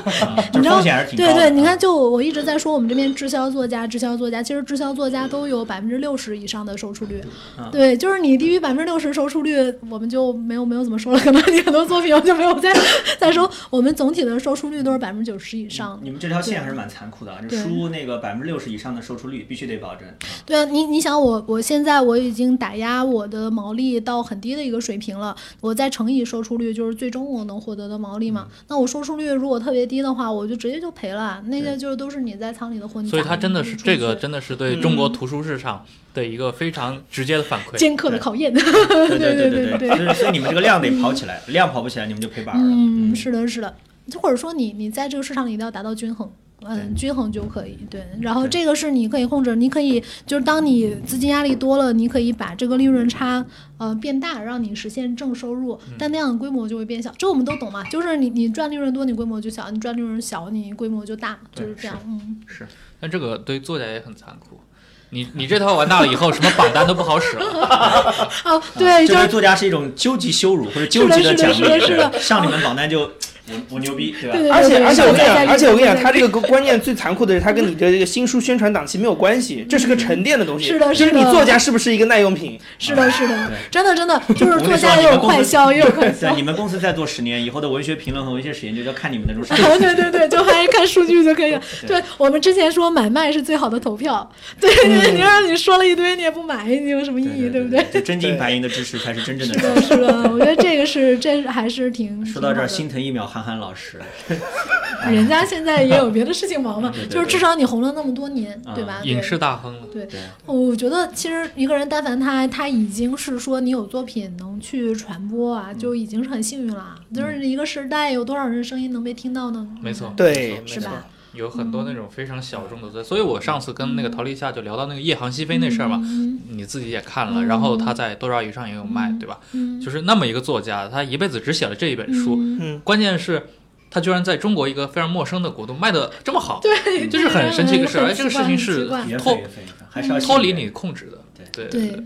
[SPEAKER 2] 就是
[SPEAKER 3] 你知道
[SPEAKER 2] 风险还是挺高
[SPEAKER 3] 对
[SPEAKER 2] 的。
[SPEAKER 3] 对，你
[SPEAKER 2] 啊
[SPEAKER 3] 看，就我一直在说我们这边滞销作家，滞销作家，其实滞销作家都有百分之六十以上的收出率，
[SPEAKER 2] 嗯
[SPEAKER 3] 对，就是你低于百分之六十收出率，我们就没有没有怎么说了，可能你很多作品我就没有再再收，我们总体的收出率都是百分之九十以上
[SPEAKER 2] 嗯
[SPEAKER 3] 的。
[SPEAKER 2] 你们这条线还是蛮残酷的啊，就
[SPEAKER 3] 对
[SPEAKER 2] 书那个百分之六十以上的售出率必须得 保证。啊
[SPEAKER 3] 对啊，你你想我，我现在我已经打压我的毛利到很低的一个水平了，我再乘以收出率，就是最终我能获得的毛利嘛。
[SPEAKER 2] 嗯
[SPEAKER 3] 那我收出率如果特别低的话，我就直接就赔了啊，那些
[SPEAKER 2] 对
[SPEAKER 3] 就是都是你在仓里的混杂。
[SPEAKER 5] 所以它真的是
[SPEAKER 3] 你出
[SPEAKER 5] 这个，
[SPEAKER 3] 去
[SPEAKER 5] 真的是对中
[SPEAKER 3] 嗯
[SPEAKER 5] 国图书市场的一个非常直接的反馈。
[SPEAKER 3] 尖刻的考验。
[SPEAKER 2] 对
[SPEAKER 3] 对
[SPEAKER 2] 对
[SPEAKER 3] 对
[SPEAKER 2] 就是所以你们这个量得跑起来，量跑不起来你们就赔本儿了。
[SPEAKER 3] 嗯，是的，是的，或者说你你在这个市场里一定要达到均衡。嗯，
[SPEAKER 2] 对
[SPEAKER 3] 均衡就可以对，然后
[SPEAKER 2] 对
[SPEAKER 3] 这个是你可以控制，你可以就是当你资金压力多了，你可以把这个利润差呃变大，让你实现正收入，但那样的规模就会变小。这我们都懂嘛，就是你你赚利润多，你规模就小；你赚利润小，你规模就大，就是
[SPEAKER 5] 对
[SPEAKER 3] 这样。嗯，
[SPEAKER 2] 是
[SPEAKER 5] 但这个对作家也很残酷。你你这套玩大了以后，什么榜单都不好使了。
[SPEAKER 3] 哦，对，
[SPEAKER 2] 啊这
[SPEAKER 3] 就是
[SPEAKER 2] 对作家是一种究极羞辱或者究极
[SPEAKER 3] 是的
[SPEAKER 2] 奖
[SPEAKER 3] 是的是的
[SPEAKER 2] 励，上你们榜单就我我牛逼，对吧？
[SPEAKER 3] 对对
[SPEAKER 4] 而且
[SPEAKER 3] 对
[SPEAKER 4] 而且
[SPEAKER 3] 对
[SPEAKER 4] 我跟你
[SPEAKER 3] 对
[SPEAKER 4] 讲，而且我跟你讲，
[SPEAKER 3] 对
[SPEAKER 4] 它这个观念最残酷的是，它跟你的这个新书宣传档期没有关系，这是个沉淀的东西。
[SPEAKER 3] 是的
[SPEAKER 4] 就是是你
[SPEAKER 3] 的
[SPEAKER 4] 作家是不是一个耐用品？
[SPEAKER 3] 是的，是的
[SPEAKER 2] 对，
[SPEAKER 3] 真的真的就
[SPEAKER 2] 我
[SPEAKER 3] 是
[SPEAKER 2] 跟
[SPEAKER 3] 作
[SPEAKER 2] 你
[SPEAKER 3] 家
[SPEAKER 2] 说
[SPEAKER 3] 也
[SPEAKER 2] 你们
[SPEAKER 3] 有
[SPEAKER 2] 公司
[SPEAKER 3] 快消，也有快消
[SPEAKER 2] 对，。你们公司再做十年以后的文学评论和文学史研究，就要看你们的这种事情。
[SPEAKER 3] 对对对，就还是看数据就可以了。
[SPEAKER 2] 对
[SPEAKER 3] 对我们之前说买卖是最好的投票，对，你让你说了一堆，你也不买，你有什么意义，
[SPEAKER 2] 嗯对
[SPEAKER 3] 不
[SPEAKER 2] 对
[SPEAKER 3] 对？？
[SPEAKER 2] 就真金白银的支持才是真正的
[SPEAKER 3] 是
[SPEAKER 2] 支
[SPEAKER 3] 的，
[SPEAKER 2] 持。
[SPEAKER 3] 是的，我觉得这个是这还是挺
[SPEAKER 2] 说到这儿，
[SPEAKER 3] 挺
[SPEAKER 2] 心疼一秒韩寒老师。
[SPEAKER 3] 好的人家现在也有别的事情忙嘛，
[SPEAKER 2] 对对对
[SPEAKER 3] 就是至少你红了那么多年，
[SPEAKER 2] 啊
[SPEAKER 3] 对吧？ 对
[SPEAKER 5] 影视大亨了，
[SPEAKER 3] 对
[SPEAKER 2] 对，
[SPEAKER 3] 我觉得其实一个人，但凡他他已经是说你有作品能去传播
[SPEAKER 2] 嗯
[SPEAKER 3] 啊，就已经是很幸运了啊。就是一个时代有多少人声音能被听到呢？
[SPEAKER 5] 没错，
[SPEAKER 4] 对，没
[SPEAKER 3] 是
[SPEAKER 4] 错。
[SPEAKER 2] 啊
[SPEAKER 3] 吧？
[SPEAKER 5] 有很多那种
[SPEAKER 3] 嗯
[SPEAKER 5] 非常小众的作家。所以我上次跟那个陶立夏就聊到那个《夜航西飞》那事儿嘛，
[SPEAKER 3] 嗯
[SPEAKER 5] 你自己也看了，然后他在多抓鱼上也有卖，对吧？
[SPEAKER 3] 嗯，
[SPEAKER 5] 就是那么一个作家，他一辈子只写了这一本书，
[SPEAKER 3] 嗯
[SPEAKER 4] 嗯，
[SPEAKER 5] 关键是。他居然在中国一个非常陌生的国度卖的这么好，
[SPEAKER 3] 对，
[SPEAKER 5] 这是很神奇一个事
[SPEAKER 3] 嗯
[SPEAKER 5] 儿
[SPEAKER 3] 很
[SPEAKER 5] 而这个
[SPEAKER 3] 奇怪
[SPEAKER 5] 事情
[SPEAKER 3] 很
[SPEAKER 5] 是
[SPEAKER 3] 奇怪
[SPEAKER 2] 缘
[SPEAKER 5] 脱
[SPEAKER 2] 分，缘分，还是要
[SPEAKER 5] 脱离
[SPEAKER 2] 信任
[SPEAKER 5] 你。控制的。对
[SPEAKER 3] 对
[SPEAKER 5] 对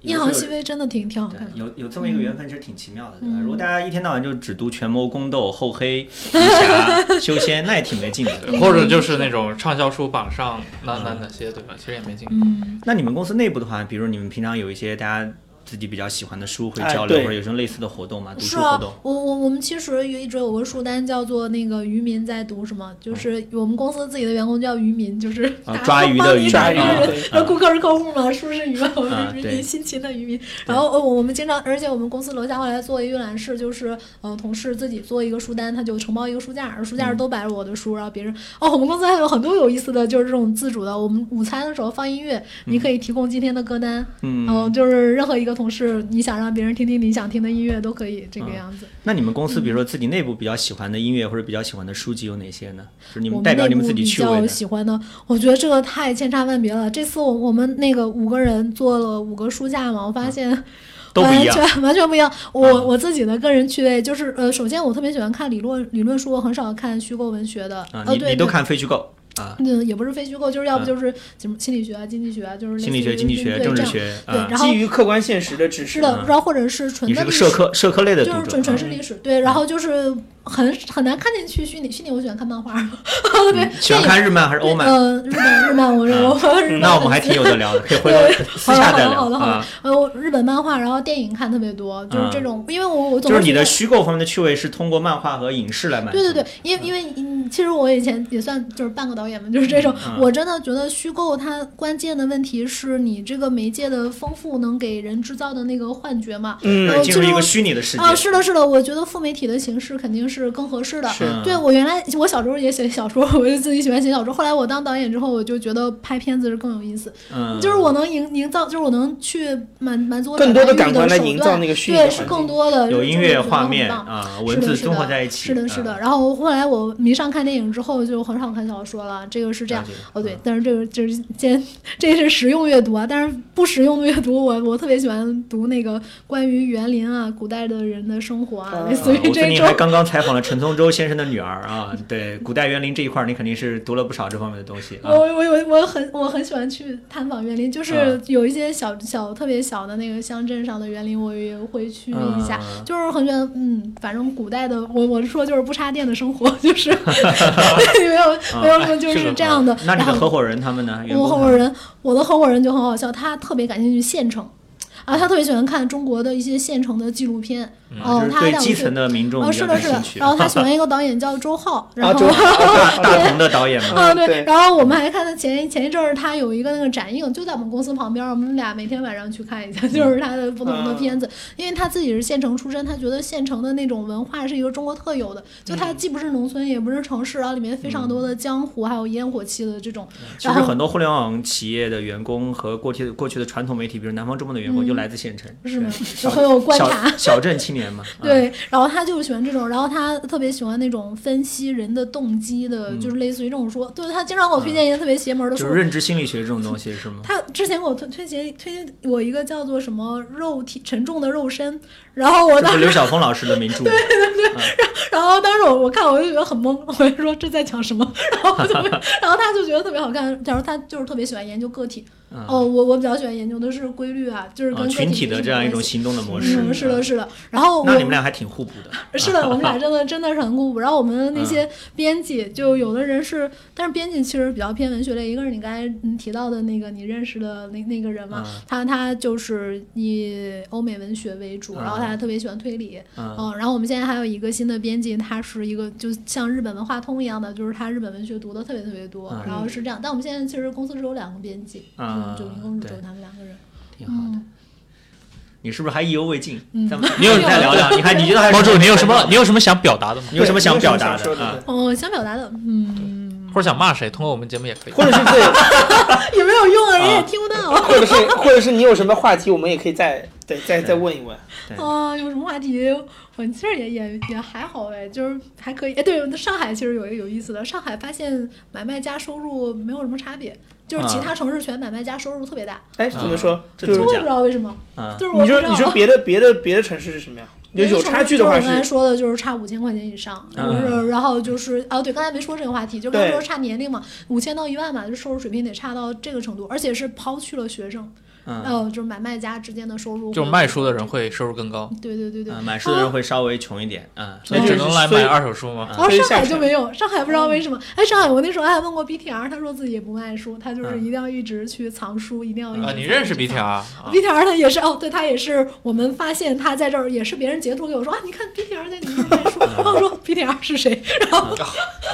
[SPEAKER 3] 夜航西飞真的挺挺好
[SPEAKER 2] 对
[SPEAKER 3] 看的，，
[SPEAKER 2] 有有这么一个缘分，其实挺奇妙的，对吧？
[SPEAKER 3] 啊嗯
[SPEAKER 2] 如果大家一天到晚就只读权谋、宫斗、厚黑、武侠、修仙，那也挺没劲的。对吧
[SPEAKER 5] 对，或者就是那种畅销书榜上那那那些，对吧？其实也没劲。
[SPEAKER 3] 嗯，
[SPEAKER 2] 那你们公司内部的话，比如你们平常有一些大家自己比较喜欢的书会
[SPEAKER 4] 哎
[SPEAKER 2] 交流，
[SPEAKER 4] 对
[SPEAKER 2] 或者有什么类似的活动吗？读
[SPEAKER 3] 是
[SPEAKER 2] 书活
[SPEAKER 3] 啊
[SPEAKER 2] 动，？
[SPEAKER 3] 我我我们其实也一直有个书单叫做那个渔民在读什么，就是我们公司自己的员工叫渔民，就是
[SPEAKER 2] 啊
[SPEAKER 3] 打
[SPEAKER 2] 抓
[SPEAKER 3] 工
[SPEAKER 2] 鱼
[SPEAKER 3] 帮
[SPEAKER 2] 的
[SPEAKER 3] 你
[SPEAKER 2] 渔
[SPEAKER 3] 打
[SPEAKER 2] 民
[SPEAKER 3] 工
[SPEAKER 2] 啊
[SPEAKER 3] 人
[SPEAKER 2] 对
[SPEAKER 3] 然后顾客是客户嘛，书是鱼嘛，我
[SPEAKER 2] 啊
[SPEAKER 3] 们是渔
[SPEAKER 2] 对
[SPEAKER 3] 民，辛勤的渔民。然后呃，我我们经常，而且我们公司楼下后来做一个阅览室，就是嗯、呃同事自己做一个书单，他就承包一个书架，而书架上
[SPEAKER 2] 嗯
[SPEAKER 3] 都摆着我的书，然后别人哦，我们公司还有很多有意思的，就是这种自主的。我们午餐的时候放音乐，你可以提供今天的歌单，
[SPEAKER 2] 嗯
[SPEAKER 3] 然后就是任何一个同事，你想让别人听听你想听的音乐都可以，这个
[SPEAKER 2] 嗯
[SPEAKER 3] 样子。
[SPEAKER 2] 那你们公司比如
[SPEAKER 3] 嗯
[SPEAKER 2] 说自己内部比较喜欢的音乐或者比较喜欢的书籍有哪些呢？就是你
[SPEAKER 3] 我
[SPEAKER 2] 们代表
[SPEAKER 3] 内
[SPEAKER 2] 你们
[SPEAKER 3] 部
[SPEAKER 2] 自己
[SPEAKER 3] 比
[SPEAKER 2] 趣味
[SPEAKER 3] 较
[SPEAKER 2] 的。
[SPEAKER 3] 喜欢的，我觉得这个太千差万别了。这次我我们那个五个人做了五个书架嘛，我发现、
[SPEAKER 2] 嗯都不一样
[SPEAKER 3] 完全完全不 一样。我、
[SPEAKER 2] 嗯
[SPEAKER 3] 我自己的个人趣味就是，呃，首先我特别喜欢看理论理论书，我很少看虚构文学的。
[SPEAKER 2] 啊，
[SPEAKER 3] 呃，
[SPEAKER 2] 你
[SPEAKER 3] 对，
[SPEAKER 2] 你都
[SPEAKER 3] 对。
[SPEAKER 2] 看非虚构啊，
[SPEAKER 3] 嗯，也不是非虚构，就是要不
[SPEAKER 2] 嗯
[SPEAKER 3] 就是什么心理学啊、经济学啊，就是类
[SPEAKER 2] 心理
[SPEAKER 3] 似
[SPEAKER 2] 学、
[SPEAKER 3] 于
[SPEAKER 2] 经济
[SPEAKER 3] 对
[SPEAKER 2] 学、
[SPEAKER 3] 对
[SPEAKER 2] 政治
[SPEAKER 3] 这样
[SPEAKER 2] 学
[SPEAKER 3] 对
[SPEAKER 2] 啊，
[SPEAKER 3] 然后
[SPEAKER 4] 基于客观现实的知识
[SPEAKER 3] 是，的，然后或者是纯
[SPEAKER 2] 你
[SPEAKER 3] 的
[SPEAKER 2] 是个
[SPEAKER 3] 历
[SPEAKER 2] 社
[SPEAKER 3] 史
[SPEAKER 2] 科社科类的
[SPEAKER 3] 就是
[SPEAKER 2] 读者
[SPEAKER 3] 准纯
[SPEAKER 2] 啊，
[SPEAKER 3] 是历史，对，然后就是很很难看进去虚拟，虚拟我喜欢看漫画， 对，
[SPEAKER 2] 嗯啊喜欢
[SPEAKER 3] 电影
[SPEAKER 2] 看日漫还是欧漫？
[SPEAKER 3] 嗯，日本日漫，我认为我日本
[SPEAKER 2] 那我们还挺有的聊的，可以回头私下再聊
[SPEAKER 3] 好的好的好的
[SPEAKER 2] 啊。
[SPEAKER 3] 呃，我日本漫画，然后电影看特别多，就是这种，因为我我总
[SPEAKER 2] 就是你的
[SPEAKER 3] 觉
[SPEAKER 2] 虚构方面的趣味是通过漫画和影视来满
[SPEAKER 3] 得
[SPEAKER 2] 足。
[SPEAKER 3] 对对对，因为因为嗯，其实我以前也算就是半个导演嘛，就是这种，
[SPEAKER 2] 嗯
[SPEAKER 3] 我真的觉得虚构它关键的问题是你这个媒介的丰富能给人制造的那个幻觉嘛，
[SPEAKER 4] 嗯
[SPEAKER 3] 然
[SPEAKER 2] 对，
[SPEAKER 3] 后
[SPEAKER 2] 进
[SPEAKER 3] 这
[SPEAKER 2] 入一
[SPEAKER 3] 种
[SPEAKER 2] 个虚拟的世界。
[SPEAKER 3] 啊，是的，是的，我觉得副媒体的形式肯定是更合适的。
[SPEAKER 4] 是
[SPEAKER 3] 对
[SPEAKER 2] 嗯
[SPEAKER 3] 我原来我小时候也写小说， 我就自己喜欢写小说。后来我当导演之后，我就觉得拍片子是更有意思，
[SPEAKER 2] 嗯，
[SPEAKER 3] 就是我能营营造，就是我能去满满足我
[SPEAKER 4] 更
[SPEAKER 3] 表
[SPEAKER 4] 多
[SPEAKER 3] 达
[SPEAKER 4] 的
[SPEAKER 3] 欲
[SPEAKER 4] 感官来
[SPEAKER 3] 手
[SPEAKER 4] 营
[SPEAKER 3] 段
[SPEAKER 4] 造那个虚拟
[SPEAKER 3] 对
[SPEAKER 4] 的
[SPEAKER 3] 是
[SPEAKER 4] 环
[SPEAKER 3] 更
[SPEAKER 4] 境
[SPEAKER 3] 多
[SPEAKER 4] 啊
[SPEAKER 3] 的
[SPEAKER 2] 有
[SPEAKER 3] 就是
[SPEAKER 2] 音
[SPEAKER 3] 这
[SPEAKER 2] 乐、
[SPEAKER 3] 种
[SPEAKER 2] 画
[SPEAKER 3] 很
[SPEAKER 2] 面
[SPEAKER 3] 棒
[SPEAKER 2] 啊，
[SPEAKER 3] 是
[SPEAKER 2] 文
[SPEAKER 3] 的
[SPEAKER 2] 字
[SPEAKER 3] 是
[SPEAKER 2] 综合
[SPEAKER 3] 的
[SPEAKER 2] 在一起。
[SPEAKER 3] 是的，是
[SPEAKER 2] 啊
[SPEAKER 3] 的。。然后后来我迷上看电影之后，就很少看小说了，这个是这样
[SPEAKER 2] 了解。
[SPEAKER 3] 哦，对
[SPEAKER 2] 嗯，
[SPEAKER 3] 但是这个就是先，这是实用阅读啊，但是不实用的阅读，我我特别喜欢读那个关于园林啊、古代的人的生活啊，
[SPEAKER 4] 啊
[SPEAKER 3] 类
[SPEAKER 2] 啊
[SPEAKER 3] 似于
[SPEAKER 2] 我最
[SPEAKER 3] 这
[SPEAKER 2] 近还
[SPEAKER 3] 种。
[SPEAKER 2] 刚刚采访了陈松洲先生的女儿啊，对，古代园林这一块儿，你肯定是读了不少这方面的东西
[SPEAKER 3] 我
[SPEAKER 2] 啊。
[SPEAKER 3] 我我我很我很喜欢去探访园林，就是
[SPEAKER 2] 啊
[SPEAKER 3] 有一些小小特别小的那个乡镇上的园林，我也会去一下。
[SPEAKER 2] 嗯
[SPEAKER 3] 就是很觉得，嗯，反正古代的，我我是说就是不插电的生活，就是 没有没有什么就
[SPEAKER 5] 这
[SPEAKER 3] 是
[SPEAKER 5] 个
[SPEAKER 3] 这样的。
[SPEAKER 2] 那你
[SPEAKER 3] 然
[SPEAKER 2] 啊哎的
[SPEAKER 3] 后
[SPEAKER 2] 合伙人他们呢？员
[SPEAKER 3] 我
[SPEAKER 2] 工
[SPEAKER 3] 合
[SPEAKER 2] 他
[SPEAKER 3] 伙
[SPEAKER 2] 们
[SPEAKER 3] 人，我的合伙人就很好笑，他特别感兴趣县城，啊，他特别喜欢看中国的一些县城的纪录片。哦
[SPEAKER 2] 嗯就是
[SPEAKER 3] 他还
[SPEAKER 2] 对
[SPEAKER 3] 想
[SPEAKER 2] 基
[SPEAKER 3] 去
[SPEAKER 2] 层的民众
[SPEAKER 3] 哦，
[SPEAKER 2] 比
[SPEAKER 3] 是
[SPEAKER 2] 较
[SPEAKER 3] 的，
[SPEAKER 2] 感
[SPEAKER 3] 是
[SPEAKER 2] 兴
[SPEAKER 3] 的。
[SPEAKER 2] 趣。
[SPEAKER 3] 然后 他喜欢一个导演叫周浩，然
[SPEAKER 4] 啊，
[SPEAKER 3] 后
[SPEAKER 4] 周啊
[SPEAKER 2] 大同的导演嘛，
[SPEAKER 3] 啊，
[SPEAKER 4] 对
[SPEAKER 3] 对。然后我们还看他前前一阵儿，他有一个那个展映，就在我们公司旁边儿，我们俩每天晚上去看一
[SPEAKER 2] 嗯
[SPEAKER 3] 下， 就是他的不同的片子。因为他自己是县城出身，他觉得县城的那种文化是一个中国特有的，
[SPEAKER 2] 嗯
[SPEAKER 3] 就它既不是农村，也不是城市，然后啊里面非常多的江湖，还有烟火气的这种。
[SPEAKER 2] 其
[SPEAKER 3] 然
[SPEAKER 2] 实
[SPEAKER 3] 后
[SPEAKER 2] 很多互联网企业的员工和过去过去的传统媒体，比如南方周末的员工，
[SPEAKER 3] 嗯
[SPEAKER 2] 就来自县城，
[SPEAKER 3] 是吗
[SPEAKER 2] 对？
[SPEAKER 3] 就很有观
[SPEAKER 2] 小
[SPEAKER 3] 察。
[SPEAKER 2] 小镇青年嘛。啊，
[SPEAKER 3] 对，然后他就是喜欢这种，然后他特别喜欢那种分析人的动机的，就是类似于这种书。对，他经常给我推荐一些特别邪门的
[SPEAKER 2] 嗯
[SPEAKER 3] 书
[SPEAKER 2] 就是，认知心理学这种东西是吗？
[SPEAKER 3] 他之前给我推推荐推荐我一个叫做什么肉体沉重的肉身，然后我
[SPEAKER 2] 这
[SPEAKER 3] 当
[SPEAKER 2] 不是
[SPEAKER 3] 时
[SPEAKER 2] 刘晓峰老师的名 著吗？啊
[SPEAKER 3] 然后当时我我看我就觉得很懵，我就说这在讲什么， 然后我就 没有然后他就觉得特别好看，假如他就是特别喜欢研究个体，
[SPEAKER 2] 嗯
[SPEAKER 3] 哦，我我比较喜欢研究的是规律啊，就是
[SPEAKER 2] 啊，
[SPEAKER 3] 跟个
[SPEAKER 2] 群
[SPEAKER 3] 体
[SPEAKER 2] 体的这样一种行动的模
[SPEAKER 3] 模
[SPEAKER 2] 式。
[SPEAKER 3] 嗯，是的，
[SPEAKER 2] 啊
[SPEAKER 3] 是的，然后
[SPEAKER 2] 那
[SPEAKER 3] 我
[SPEAKER 2] 你们俩还挺互补的。
[SPEAKER 3] 是 的，我们俩真的真的是很互补。然后我们那些编辑，就有的人是，但是编辑其实比较偏文学类。一个是你刚才嗯提到的那个你认识的那那个人嘛，
[SPEAKER 2] 嗯
[SPEAKER 3] 他他就是以欧美文学为主，
[SPEAKER 2] 嗯
[SPEAKER 3] 然后他特别喜欢推理。
[SPEAKER 2] 嗯，
[SPEAKER 3] 嗯，然后我们现在还有一个新的编辑，他是一个就像日本文化通一样的，就是他日本文学读的特别特别多，
[SPEAKER 2] 嗯
[SPEAKER 3] 然后是这样。但我们现在其实公司只有两个编辑，
[SPEAKER 2] 啊
[SPEAKER 3] 嗯，就一共只
[SPEAKER 2] 对
[SPEAKER 3] 有他们两个人。
[SPEAKER 2] 挺好的。
[SPEAKER 3] 嗯，
[SPEAKER 2] 你是不是还意犹未尽？
[SPEAKER 3] 嗯
[SPEAKER 2] 咱们
[SPEAKER 5] 你有
[SPEAKER 2] 你再聊聊。你还你觉得还
[SPEAKER 5] 猫主，你有什么你有什么想表达的吗？
[SPEAKER 2] 你有什么想
[SPEAKER 4] 对
[SPEAKER 2] 表
[SPEAKER 4] 你有什
[SPEAKER 2] 达
[SPEAKER 4] 么想说
[SPEAKER 2] 啊？
[SPEAKER 4] 的？
[SPEAKER 3] 哦，想表达的，嗯，
[SPEAKER 5] 或者想骂谁？通过我们节目也可
[SPEAKER 4] 对
[SPEAKER 5] 以。
[SPEAKER 4] 或者是对，
[SPEAKER 3] 有没有用啊？人 也
[SPEAKER 2] 啊
[SPEAKER 3] 听不到。
[SPEAKER 4] 或者是或者是你有什么话题，我们也可以再对再
[SPEAKER 2] 嗯
[SPEAKER 4] 再问一问。
[SPEAKER 2] 对
[SPEAKER 3] 啊、有什么话题？我其实也也也还好哎，就是还可以。哎，对，上海其实有一个有意思的，上海发现买卖家收入没有什么差别，就是其
[SPEAKER 2] 啊
[SPEAKER 3] 他城市全买卖家收入特别大，
[SPEAKER 4] 哎，怎么说？
[SPEAKER 2] 这
[SPEAKER 4] 就是
[SPEAKER 2] 怎么
[SPEAKER 3] 我也
[SPEAKER 2] 讲
[SPEAKER 3] 不知道为什么，
[SPEAKER 2] 啊
[SPEAKER 3] 就是我
[SPEAKER 4] 你
[SPEAKER 3] 不
[SPEAKER 4] 说
[SPEAKER 3] 知道
[SPEAKER 4] 你说别的别的别的城市是什么呀？就有差距的话
[SPEAKER 3] 就是我刚才
[SPEAKER 4] 是啊
[SPEAKER 3] 说的就是差五千块钱以上，就
[SPEAKER 2] 嗯
[SPEAKER 3] 是然后就是哦，对，刚才没说这个话题，就刚才
[SPEAKER 4] 对
[SPEAKER 3] 说差年龄嘛，五千到一万嘛，就收入水平得差到这个程度，而且是抛去了学生，
[SPEAKER 4] 啊
[SPEAKER 2] 嗯，
[SPEAKER 3] 呃，就是买卖家之间的收入，
[SPEAKER 5] 就是卖书的人，会收入更高，
[SPEAKER 3] 对对对对，
[SPEAKER 2] 啊买书的人会稍微穷一点
[SPEAKER 3] 嗯
[SPEAKER 2] 啊。
[SPEAKER 5] 所以只能来
[SPEAKER 4] 所以
[SPEAKER 5] 买二手书吗？
[SPEAKER 2] 啊
[SPEAKER 3] 然后
[SPEAKER 4] 所以
[SPEAKER 3] 哦上
[SPEAKER 4] 下
[SPEAKER 3] 海
[SPEAKER 4] 沉
[SPEAKER 3] 就没有，上海不知道为什么。哎，上海我那时候还问过 BTR，他说自己也不卖书，他就是
[SPEAKER 2] 嗯
[SPEAKER 3] 一定要一直去藏书，一定要一直
[SPEAKER 5] 啊，
[SPEAKER 3] 藏。
[SPEAKER 5] 你认识 BTR 啊？
[SPEAKER 4] 嗯
[SPEAKER 3] BTR 他也是哦，对他也是，我们发现他在这儿也是别人截图给我说啊，你看 BTR 在你们这儿卖书，然后 我说 BTR 是谁？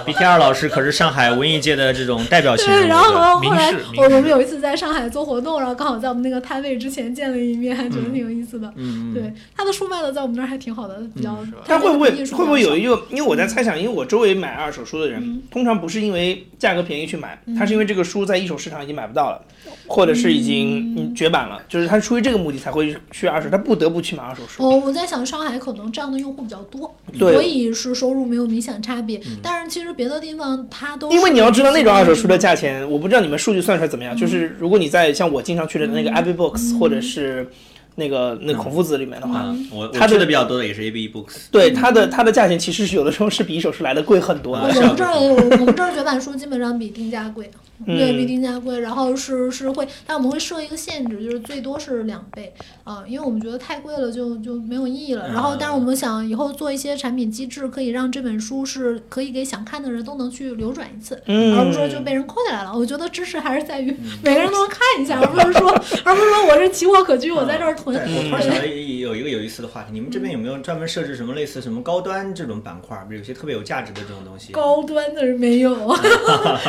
[SPEAKER 2] BTR 老师可是上海文艺界的这种代表性人
[SPEAKER 3] 对，
[SPEAKER 2] 物。
[SPEAKER 3] 然后
[SPEAKER 2] 对
[SPEAKER 3] 后来
[SPEAKER 5] 明示明示
[SPEAKER 3] 我们有一次在上海做活动，然后刚好在我们那个摊位之前见了一面，还觉得挺有意思的。
[SPEAKER 2] 嗯嗯，
[SPEAKER 3] 对，他的书卖的在我们那儿还挺好的，比较
[SPEAKER 5] 嗯是吧。
[SPEAKER 4] 他会不会会不会有
[SPEAKER 3] 一？
[SPEAKER 4] 一个？因为我在猜想，因为我周围买二手书的
[SPEAKER 3] 嗯
[SPEAKER 4] 人，通常不是因为价格便宜去买，他是因为这个书在一手市场已经买不到了，或者是已经嗯绝版了，就是他出于这个目的才会去二手，他不得不去买二手书。
[SPEAKER 3] 哦我我在想，上海可能这样的用户比较多，所
[SPEAKER 4] 对，嗯
[SPEAKER 3] 以是收入没有明显差别。但是其实别的地方它都
[SPEAKER 4] 因为
[SPEAKER 3] 是
[SPEAKER 4] 你要知道那种二手书的
[SPEAKER 3] 嗯
[SPEAKER 4] 价钱，我不知道你们数据算出来怎么样。就是如果你在像我经常去的那
[SPEAKER 3] 嗯
[SPEAKER 4] 个 Abbey Books 或者是那个那个孔夫子里面的
[SPEAKER 3] 嗯
[SPEAKER 4] 话，
[SPEAKER 2] 啊，我我
[SPEAKER 4] 他
[SPEAKER 2] 吃
[SPEAKER 4] 的
[SPEAKER 2] 的比较多的也是 AB Books。
[SPEAKER 4] 对它的它的价钱其实是有的时候是比一手书来的贵很多
[SPEAKER 3] 我
[SPEAKER 4] 的。
[SPEAKER 2] 是
[SPEAKER 3] 我
[SPEAKER 2] 啊
[SPEAKER 3] 们这儿也有，我们这儿绝版书基本上比定价贵，
[SPEAKER 4] 嗯
[SPEAKER 3] 对比定价贵。然后是是会，但我们会设一个限制，就是最多是两倍啊、因为我们觉得太贵了就就没有意义了。然后，但是我们想以后做一些产品机制，可以让这本书是可以给想看的人都能去流转一次，
[SPEAKER 4] 嗯
[SPEAKER 3] 而不是说就被人扣下来了。我觉得知识还是在于每个人都能看一下，而不是说而不是说我是奇货可居，我在这儿囤。
[SPEAKER 2] 我突然
[SPEAKER 3] 对
[SPEAKER 2] 想到一有一个有意思的话题，你们这边有
[SPEAKER 3] 嗯
[SPEAKER 2] 没有专门设置什么类似什么高端这种板块，比如有些特别有价值的这种东西？
[SPEAKER 3] 高端的人没有，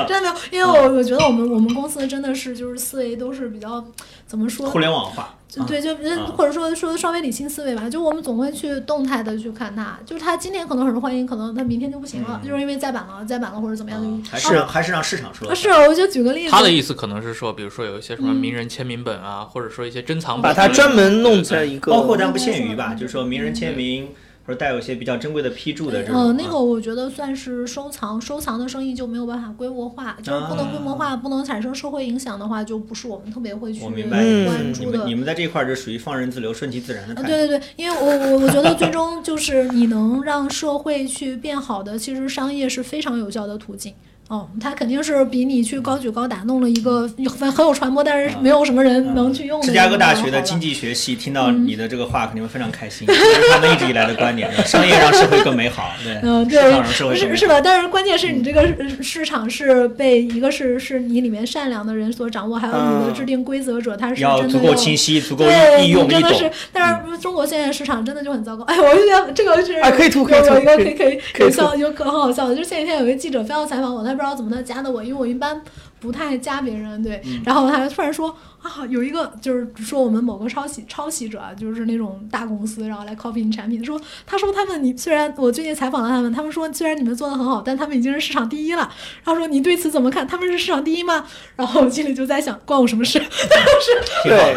[SPEAKER 3] 真的没有，因为我我觉得我们我们公司真的是就是思维都是比较怎么说
[SPEAKER 2] 互，联网化，
[SPEAKER 3] 就对，就
[SPEAKER 2] 啊
[SPEAKER 3] 或者说说稍微理性思维吧，就我们总会去动态的去看它，就是它今天可能很受欢迎，可能它明天就不行了，
[SPEAKER 2] 嗯
[SPEAKER 3] 就是因为再版了，再版了或者怎么样
[SPEAKER 2] 嗯
[SPEAKER 3] 就哦
[SPEAKER 2] 还是让还是让市场说
[SPEAKER 3] 啊。是，我就举个例子，
[SPEAKER 5] 他的意思可能是说，比如说有一些什么
[SPEAKER 3] 嗯
[SPEAKER 5] 名人签名本啊，或者说一些珍藏
[SPEAKER 4] 把
[SPEAKER 5] 本，啊
[SPEAKER 4] 它专门弄在一个，
[SPEAKER 3] 哦
[SPEAKER 2] 包括但不限于吧，就是说名人签名或者带有一些比较珍贵的批注的这种。啊
[SPEAKER 3] 嗯、那个我觉得算是收藏，收藏的生意就没有办法规模化，就是不能规模化，不能产生社会影响的话，就不是我们特别会去
[SPEAKER 2] 啊我
[SPEAKER 3] 关
[SPEAKER 2] 明白你
[SPEAKER 4] 嗯
[SPEAKER 2] 们你
[SPEAKER 3] 注的。
[SPEAKER 2] 们你们在这一块儿就属于放任自流、顺其自然的
[SPEAKER 3] 啊，
[SPEAKER 2] 看。
[SPEAKER 3] 对对对，因为我我我觉得最终就是你能让社会去变好的，其实商业是非常有效的途径。哦，它肯定是比你去高举高打弄了一个很很有传播，但是没有什么人能去用
[SPEAKER 2] 嗯
[SPEAKER 3] 的。
[SPEAKER 2] 啊芝加哥大学的经济学系听到
[SPEAKER 3] 嗯
[SPEAKER 2] 你的这个话，肯定会非常开心，这是他们一直以来的观点：商业让社会更美好。对，
[SPEAKER 3] 嗯，
[SPEAKER 2] 市场让社会更
[SPEAKER 3] 对，是
[SPEAKER 2] 美
[SPEAKER 3] 是
[SPEAKER 2] 好。
[SPEAKER 3] 的，但是关键是你这个市市场是被一个是是你里面善良的人所掌握，还有你的
[SPEAKER 4] 嗯
[SPEAKER 3] 制定规则者，他是
[SPEAKER 2] 要
[SPEAKER 3] 真
[SPEAKER 2] 足
[SPEAKER 3] 的
[SPEAKER 2] 够
[SPEAKER 3] 要
[SPEAKER 2] 清晰，足够
[SPEAKER 3] 对，
[SPEAKER 2] 易
[SPEAKER 3] 你
[SPEAKER 2] 用易
[SPEAKER 3] 真的是
[SPEAKER 2] 懂。，
[SPEAKER 3] 但是中国现在市场真的就很糟糕。哎，我就想这个是
[SPEAKER 4] 嗯啊可以吐可以
[SPEAKER 3] 有
[SPEAKER 4] 吐
[SPEAKER 3] 有一个可
[SPEAKER 4] 可以
[SPEAKER 3] 以可以
[SPEAKER 4] 可
[SPEAKER 3] 有
[SPEAKER 4] 以吐
[SPEAKER 3] 笑，有可很好笑的，就是前几天有一个记者非要采访我，他不知道怎么他加的我，因为我一般不太加别人，对。
[SPEAKER 4] 嗯
[SPEAKER 3] 然后他突然说啊，有一个就是说我们某个抄袭抄袭者啊，就是那种大公司，然后来 copy 你产品，说他说他们你虽然我最近采访了他们，他们说虽然你们做的很好，但他们已经是市场第一了。然后说你对此怎么看？他们是市场第一吗？然后我心里就在想，关我什么事？
[SPEAKER 2] 挺好
[SPEAKER 4] 对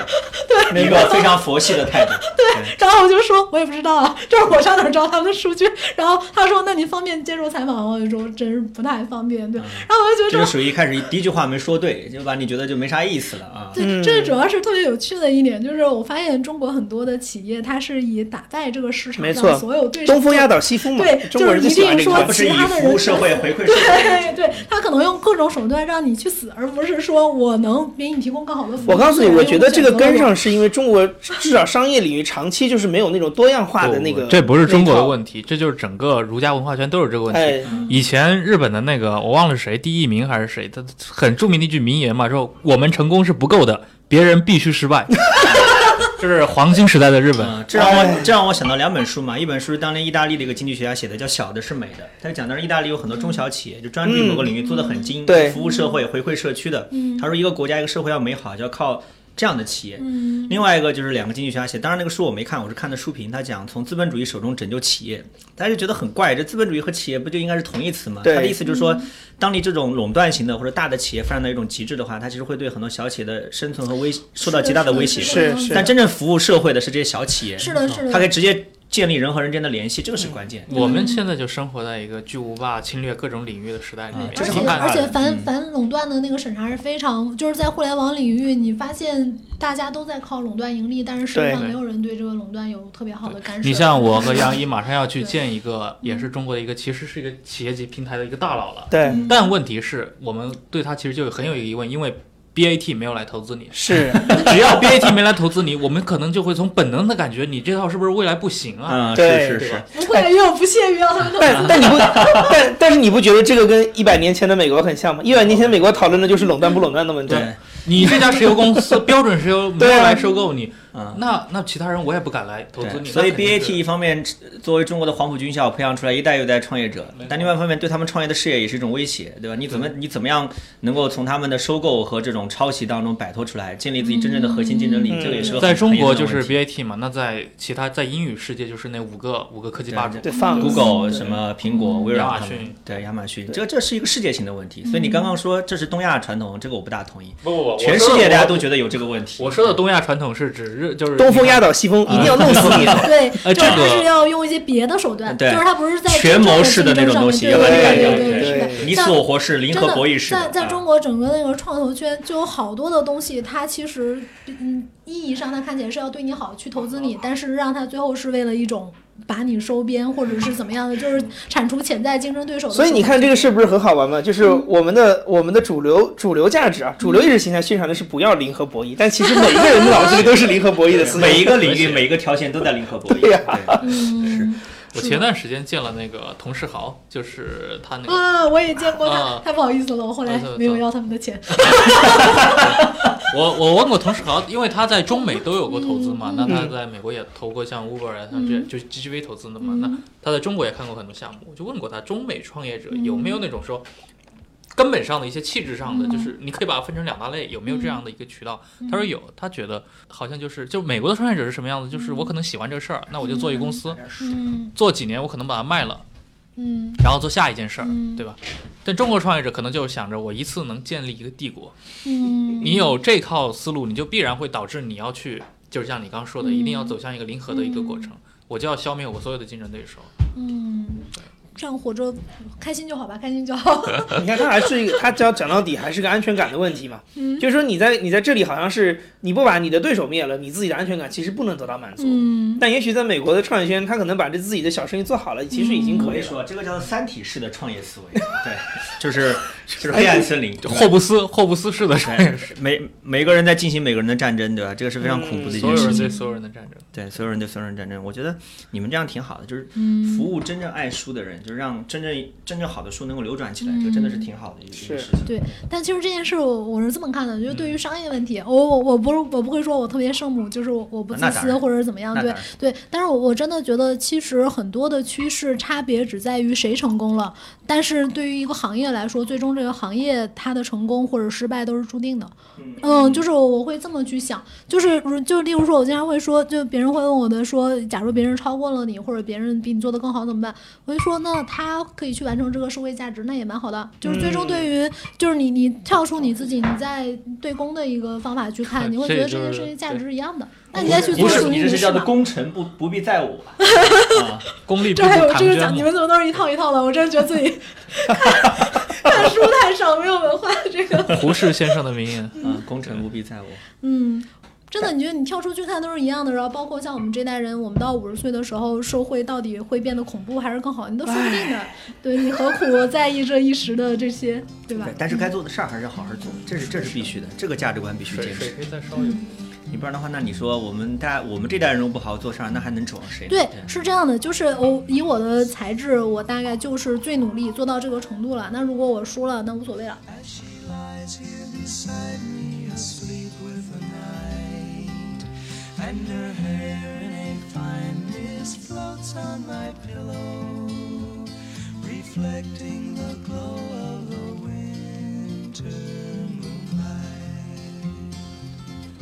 [SPEAKER 2] 的， 一个非常佛系的 态度。对，
[SPEAKER 3] 然后我就说，我也不知道啊，这是我上哪儿找他们的数据？然后他说，那你方便接受采访吗？我就说，真是不太方便，
[SPEAKER 4] 嗯
[SPEAKER 3] 对。然后我
[SPEAKER 2] 这
[SPEAKER 3] 就觉得
[SPEAKER 2] 就
[SPEAKER 3] 说，
[SPEAKER 2] 属于一开始第一句话没说对，就把你觉得就没啥意思了啊。
[SPEAKER 3] 对，
[SPEAKER 4] 嗯
[SPEAKER 3] 这主要是特别有趣的一点，就是我发现中国很多的企业，它是以打败这个市场
[SPEAKER 4] 没
[SPEAKER 3] 的
[SPEAKER 4] 错
[SPEAKER 3] 所有对手
[SPEAKER 4] 东风压倒西风嘛，
[SPEAKER 3] 对
[SPEAKER 4] 中国人
[SPEAKER 3] 就是一
[SPEAKER 4] 喜欢
[SPEAKER 3] 定
[SPEAKER 4] 这个
[SPEAKER 3] 说
[SPEAKER 4] 话
[SPEAKER 2] 不
[SPEAKER 4] 题。
[SPEAKER 2] 是以服务社会回馈社会。
[SPEAKER 3] 对对，他可能用各种手段让你去死，而不是说我能给你提供更好的服务。
[SPEAKER 4] 我告诉你，
[SPEAKER 3] 虽然
[SPEAKER 4] 我觉得这个
[SPEAKER 3] 选择了
[SPEAKER 4] 跟上是因为
[SPEAKER 3] 嗯
[SPEAKER 4] 中国至少商业领域长期就是没有那种多样化的那个。
[SPEAKER 5] 这不是中国的
[SPEAKER 4] 题。
[SPEAKER 5] 问题，这就是整个儒家文化圈都是这个问题。
[SPEAKER 4] 哎，
[SPEAKER 5] 以前日本的那个我忘了谁第一名还是谁，他很著名的一句名言嘛，说我们成功是不够的，别人必须失败。 这是黄金时代的日本，
[SPEAKER 2] 嗯，这让
[SPEAKER 4] 哎
[SPEAKER 2] 我这让我想到两本书嘛，一本书是当年意大利的一个经济学家写的，叫《小的是美的》，他就讲到意大利有很多中小企业，就专注于某个领域做的很精，
[SPEAKER 4] 嗯对嗯
[SPEAKER 2] 服务社会、回馈社区的。他说一个国家一个社会要美好，就要靠这样的企业。
[SPEAKER 3] 嗯
[SPEAKER 2] 另外一个就是两个经济学家写，当然那个书我没看，我是看的书评，他讲从资本主义手中拯救企业，大家就觉得很怪，这资本主义和企业不就应该是同义词吗？
[SPEAKER 4] 对嗯
[SPEAKER 2] 他的意思就是说，当你这种垄断型的或者大的企业发展到一种极致的话，它其实会对很多小企业的生存和威受到极大的威胁。
[SPEAKER 4] 是是
[SPEAKER 2] 但真正服务社会的是这些小企业，
[SPEAKER 3] 是的，是的，
[SPEAKER 2] 它可以直接建立人和人之间的联系，这个是关键。
[SPEAKER 5] 我们现在就生活在一个巨无霸侵略各种领域的时代里
[SPEAKER 4] 嗯
[SPEAKER 5] 面
[SPEAKER 2] 啊，这
[SPEAKER 3] 嗯而
[SPEAKER 2] 是
[SPEAKER 3] 且
[SPEAKER 2] 很尴尬
[SPEAKER 3] 而且
[SPEAKER 2] 的
[SPEAKER 3] 反
[SPEAKER 2] 嗯
[SPEAKER 3] 反垄断的那个审查是非常，就是在互联网领域，你发现大家都在靠垄断盈利，但是实际
[SPEAKER 4] 对
[SPEAKER 3] 上
[SPEAKER 5] 对
[SPEAKER 3] 没有人对这个垄断有特别好的干涉。
[SPEAKER 5] 你 像我和杨一马上要去见一个，也是中国的一个，其实是一个企业级平台的一个大佬了。
[SPEAKER 3] 嗯
[SPEAKER 4] 对，
[SPEAKER 5] 但问题是我们对他其实就有很有疑问，因为 BAT 没有来投资你，
[SPEAKER 4] 是
[SPEAKER 5] 只要 BAT 没来投资你，我们可能就会从本能的感觉，你这套是不是未来不行啊？
[SPEAKER 2] 嗯，
[SPEAKER 4] 对
[SPEAKER 2] 是是是，
[SPEAKER 3] 不会，因为我不屑于让 他们弄。
[SPEAKER 4] 但但你不，但但是你不觉得这个跟一百年前的美国很像吗？一百年前的美国讨论的就是垄断不垄断的问题。
[SPEAKER 2] 对，
[SPEAKER 5] 你这家石油公司标准石 油没有
[SPEAKER 4] 对啊
[SPEAKER 5] 来收购你，
[SPEAKER 2] 嗯。
[SPEAKER 5] 那那其他人我也不敢来投资
[SPEAKER 2] 对，
[SPEAKER 5] 你。
[SPEAKER 2] 所以
[SPEAKER 5] 那肯定
[SPEAKER 2] BAT
[SPEAKER 5] 是
[SPEAKER 2] 一方面作为中国的黄埔军校培养出来一代又一代创业者
[SPEAKER 5] 没错，
[SPEAKER 2] 但另外一方面对他们创业的事业也是一种威胁，对吧？你怎么你怎么样能够从他们的收购和这种抄袭当中摆脱出来，建立自己真正的核心竞争力？
[SPEAKER 4] 嗯
[SPEAKER 2] 这个也是个
[SPEAKER 5] 在
[SPEAKER 2] 很
[SPEAKER 5] 中国就
[SPEAKER 2] 很严
[SPEAKER 5] 是
[SPEAKER 2] 重的问题
[SPEAKER 5] BAT 嘛，那在其他在英语世界就是那五个五个科技霸主
[SPEAKER 2] 对。
[SPEAKER 4] 对
[SPEAKER 3] 嗯
[SPEAKER 4] 放
[SPEAKER 2] Google 什么苹果、微软
[SPEAKER 5] 亚马
[SPEAKER 2] 他们
[SPEAKER 5] 逊，
[SPEAKER 2] 对亚马逊，这这是一个世界性的问题。所以你刚刚说这是东亚传统，这个我不大同意。
[SPEAKER 5] 不不不，
[SPEAKER 2] 全世界大家都觉得有这个问题。
[SPEAKER 5] 我说的东亚传统是指日就是
[SPEAKER 4] 东风压倒西
[SPEAKER 5] 嗯
[SPEAKER 4] 风，一定要弄死你。
[SPEAKER 3] 对，
[SPEAKER 5] 呃
[SPEAKER 3] 就是
[SPEAKER 5] 这个
[SPEAKER 3] 他是要用一些别的手段，
[SPEAKER 2] 对
[SPEAKER 3] 就是他不是在
[SPEAKER 2] 权谋式的那种东西，要
[SPEAKER 3] 真
[SPEAKER 2] 把
[SPEAKER 3] 正
[SPEAKER 2] 你
[SPEAKER 3] 的
[SPEAKER 2] 干
[SPEAKER 3] 竞
[SPEAKER 2] 掉
[SPEAKER 3] 争上面对对对对对，是的
[SPEAKER 4] 对
[SPEAKER 2] 你死我活是零
[SPEAKER 3] 真
[SPEAKER 2] 和
[SPEAKER 3] 的
[SPEAKER 2] 博弈式的啊
[SPEAKER 3] 在在
[SPEAKER 5] 嗯
[SPEAKER 3] 中国整个那个创投圈，就有好多的东西，它其实嗯意义上它看起来是要对你好，去投资你，但是让它最后是为了一种把你收编或者是怎么样的，就是铲除潜在竞争对手的手
[SPEAKER 4] 所
[SPEAKER 3] 段。
[SPEAKER 4] 以你看这个事不是很好玩吗？就是
[SPEAKER 3] 嗯
[SPEAKER 4] 我们的我们的主流主流价值啊，主流意识形态宣传的是不要零和博弈，但其实每一个人的脑子里都是零和博弈的思
[SPEAKER 2] 啊
[SPEAKER 4] 想。
[SPEAKER 2] 每一个领域、每一个条线都在零和博弈。
[SPEAKER 4] 对呀
[SPEAKER 3] 嗯，
[SPEAKER 5] 我前段时间见了那个童世豪，就是他那个
[SPEAKER 3] 啊，我也见过他
[SPEAKER 5] 啊，
[SPEAKER 3] 太不好意思了，我后来
[SPEAKER 5] 啊走
[SPEAKER 3] 没有
[SPEAKER 5] 走
[SPEAKER 3] 要他们的钱。
[SPEAKER 5] 我我问过童世豪，因为他在中美都有过投资嘛，那他在美国也投过像 Uber 啊，像这就 GGV 投资的嘛，那他在中国也看过很多项目，我就问过他，中美创业者有没有那种说根本上的一些气质上的，就是你可以把它分成两大类，有没有这样的一个渠道？他说有，他觉得好像就是就美国的创业者是什么样子，就是我可能喜欢这个事儿，那我就做一公司，
[SPEAKER 3] 嗯
[SPEAKER 5] 做几年我可能把它卖了，
[SPEAKER 3] 嗯
[SPEAKER 5] 然后做下一件事儿，
[SPEAKER 3] 嗯
[SPEAKER 5] 对吧？但中国创业者可能就想着我一次能建立一个帝国。
[SPEAKER 3] 嗯，
[SPEAKER 5] 你有这套思路，你就必然会导致你要去，就是像你刚刚说
[SPEAKER 3] 嗯
[SPEAKER 5] 的，一定要走向一个零和的一个过程，我就要消灭我所有的竞争对手。
[SPEAKER 3] 嗯，这样活着开心就好吧，开心就好。
[SPEAKER 4] 你看，它还是一个，它只要讲到底还是个安全感的问题嘛。就是说，你在你在这里好像是你不把你的对手灭了，你自己的安全感其实不能得到满足。
[SPEAKER 3] 嗯，
[SPEAKER 4] 但也许在美国的创业圈，他可能把这自己的小生意做好了，其实已经
[SPEAKER 2] 我
[SPEAKER 4] 可
[SPEAKER 2] 跟
[SPEAKER 4] 以
[SPEAKER 2] 你
[SPEAKER 4] 了。
[SPEAKER 2] 说，这个叫做三体式的创业思维，对，就是就是黑暗森林，
[SPEAKER 5] 霍布斯，霍布斯式的战
[SPEAKER 2] 对每每个人在进行每个人的战争，对吧？这个是非常恐怖的一
[SPEAKER 5] 嗯所有
[SPEAKER 2] 件事
[SPEAKER 5] 人
[SPEAKER 2] 情。
[SPEAKER 5] 对所有人的战争。
[SPEAKER 2] 对，所有人对所有人战争，我觉得你们这样挺好的，就是
[SPEAKER 3] 嗯
[SPEAKER 2] 服务真正爱书的人，就是让真正真正好的书能够流转起来，这真
[SPEAKER 3] 嗯
[SPEAKER 2] 的是挺好的一个一个
[SPEAKER 4] 是
[SPEAKER 2] 事情。
[SPEAKER 3] 对，但其实这件事我我是这么看的，就是
[SPEAKER 2] 嗯
[SPEAKER 3] 对于商业问题，我我我不是我不会说我特别圣母，就是我我不
[SPEAKER 2] 那
[SPEAKER 3] 自
[SPEAKER 2] 当
[SPEAKER 3] 私
[SPEAKER 2] 然
[SPEAKER 3] 或者是怎么样，
[SPEAKER 2] 那
[SPEAKER 3] 对
[SPEAKER 2] 当然
[SPEAKER 3] 对。但是我我真的觉得，其实很多的趋势差别只在于谁成功了，但是对于一个行业来说，最终这个行业它的成功或者失败都是注定的。嗯，就是我我会这么去想，就是就例如说，我经常会说，就别人会问我的说，假如别人超过了你，或者别人比你做得更好怎么办？我就说，那他可以去完成这个社会价值，那也蛮好的。就是最终对
[SPEAKER 2] 嗯
[SPEAKER 3] 于，就是你你跳出你自己，你在对公的一个方法去看，你会觉得这件事情价值是一样的。那你再去
[SPEAKER 2] 不
[SPEAKER 3] 做
[SPEAKER 2] 是，
[SPEAKER 3] 属于
[SPEAKER 2] 你这
[SPEAKER 3] 的
[SPEAKER 2] 是
[SPEAKER 3] 事
[SPEAKER 2] 叫做
[SPEAKER 3] 嘛？
[SPEAKER 2] 功臣不不必在我，啊，
[SPEAKER 5] 功利
[SPEAKER 3] 这
[SPEAKER 5] 并
[SPEAKER 3] 还
[SPEAKER 5] 不
[SPEAKER 3] 有
[SPEAKER 5] 唐
[SPEAKER 3] 这个
[SPEAKER 5] 捐
[SPEAKER 3] 讲，你
[SPEAKER 5] 嘛。
[SPEAKER 3] 们怎么都是一套一套的？我真的觉得自己 看看书太少，没有文化这个。
[SPEAKER 5] 胡适先生的名言，
[SPEAKER 2] 啊，功臣不必在我。
[SPEAKER 3] 嗯，真的，你觉得你跳出去看都是一样的，然后包括像我们这代人，我们到五十岁的时候，社会到底会变得恐怖还是更好，你都说不定的。对你何苦在意这一时的这些，对吧
[SPEAKER 2] 对？，但是该做的事儿还是好好做，这是这是必须的，这个价值观必须
[SPEAKER 5] 水
[SPEAKER 2] 坚
[SPEAKER 5] 水
[SPEAKER 2] 持。
[SPEAKER 5] 可以再烧一点。
[SPEAKER 2] 你不然的话，那你说我们大我们这代人如果不好好做事儿，那还能指望谁呢？
[SPEAKER 3] 对，是这样的，就是我以我的才智，我大概就是最努力做到这个程度了。那如果我输了，那无所谓了。
[SPEAKER 6] She lies here beside me, asleep with the night. And her hair in a fine mist floats on my pillow, reflecting the glow of the winter moonlight.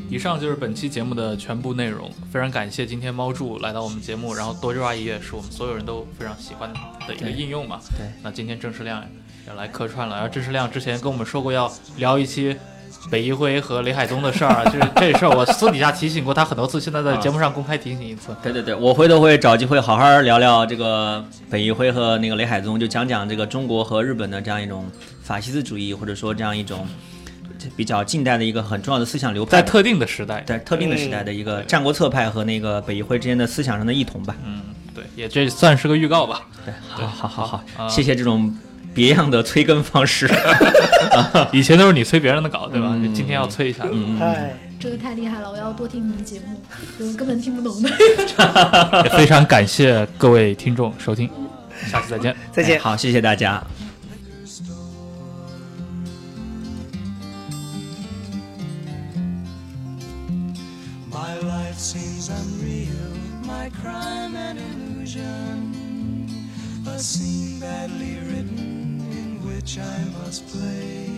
[SPEAKER 5] 以上就是本期节目的全部内容，非常感谢今天猫柱来到我们节目，然后多肉阿姨也是我们所有人都非常喜欢的一个应用嘛。
[SPEAKER 2] 对
[SPEAKER 5] 那今天郑世亮也来客串了，然后郑世亮之前跟我们说过要聊一期北一辉和雷海东的事儿啊，就是这事儿我私底下提醒过他很多次，现在
[SPEAKER 2] 啊
[SPEAKER 5] 在节目上公开提醒一次。
[SPEAKER 2] 对对对，我回头会找机会好好聊聊这个北一辉和那个雷海宗，就讲讲这个中国和日本的这样一种法西斯主义，或者说这样一种比较近代的一个很重要的思想流派
[SPEAKER 5] 在
[SPEAKER 2] 吧，
[SPEAKER 5] 特定的时代，
[SPEAKER 2] 在特定的时代的一个战国策派和那个北一辉之间的思想上的异同吧。
[SPEAKER 5] 嗯，对，也这算是个预告吧。
[SPEAKER 2] 对，好好好好，
[SPEAKER 5] 啊
[SPEAKER 2] 谢谢这种别样的催更方式。
[SPEAKER 5] 以前都是你催别人的稿，对吧？
[SPEAKER 2] 嗯
[SPEAKER 5] 就今天要催一下。
[SPEAKER 2] 嗯，
[SPEAKER 4] 哎，
[SPEAKER 3] 这个太厉害了，我要多听你们节目，我根本听不懂的。
[SPEAKER 2] 嗯
[SPEAKER 5] 也非常感谢各位听众收听，下期再见。
[SPEAKER 4] 再见
[SPEAKER 2] 哎。好，谢谢大家。
[SPEAKER 6] My life seems unreal, my crime an illusion. A scene badly written in which I must play.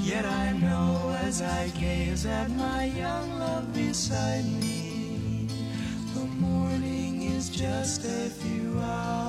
[SPEAKER 6] Yet I know as I gaze at my young love beside me, the morning is just a few hours.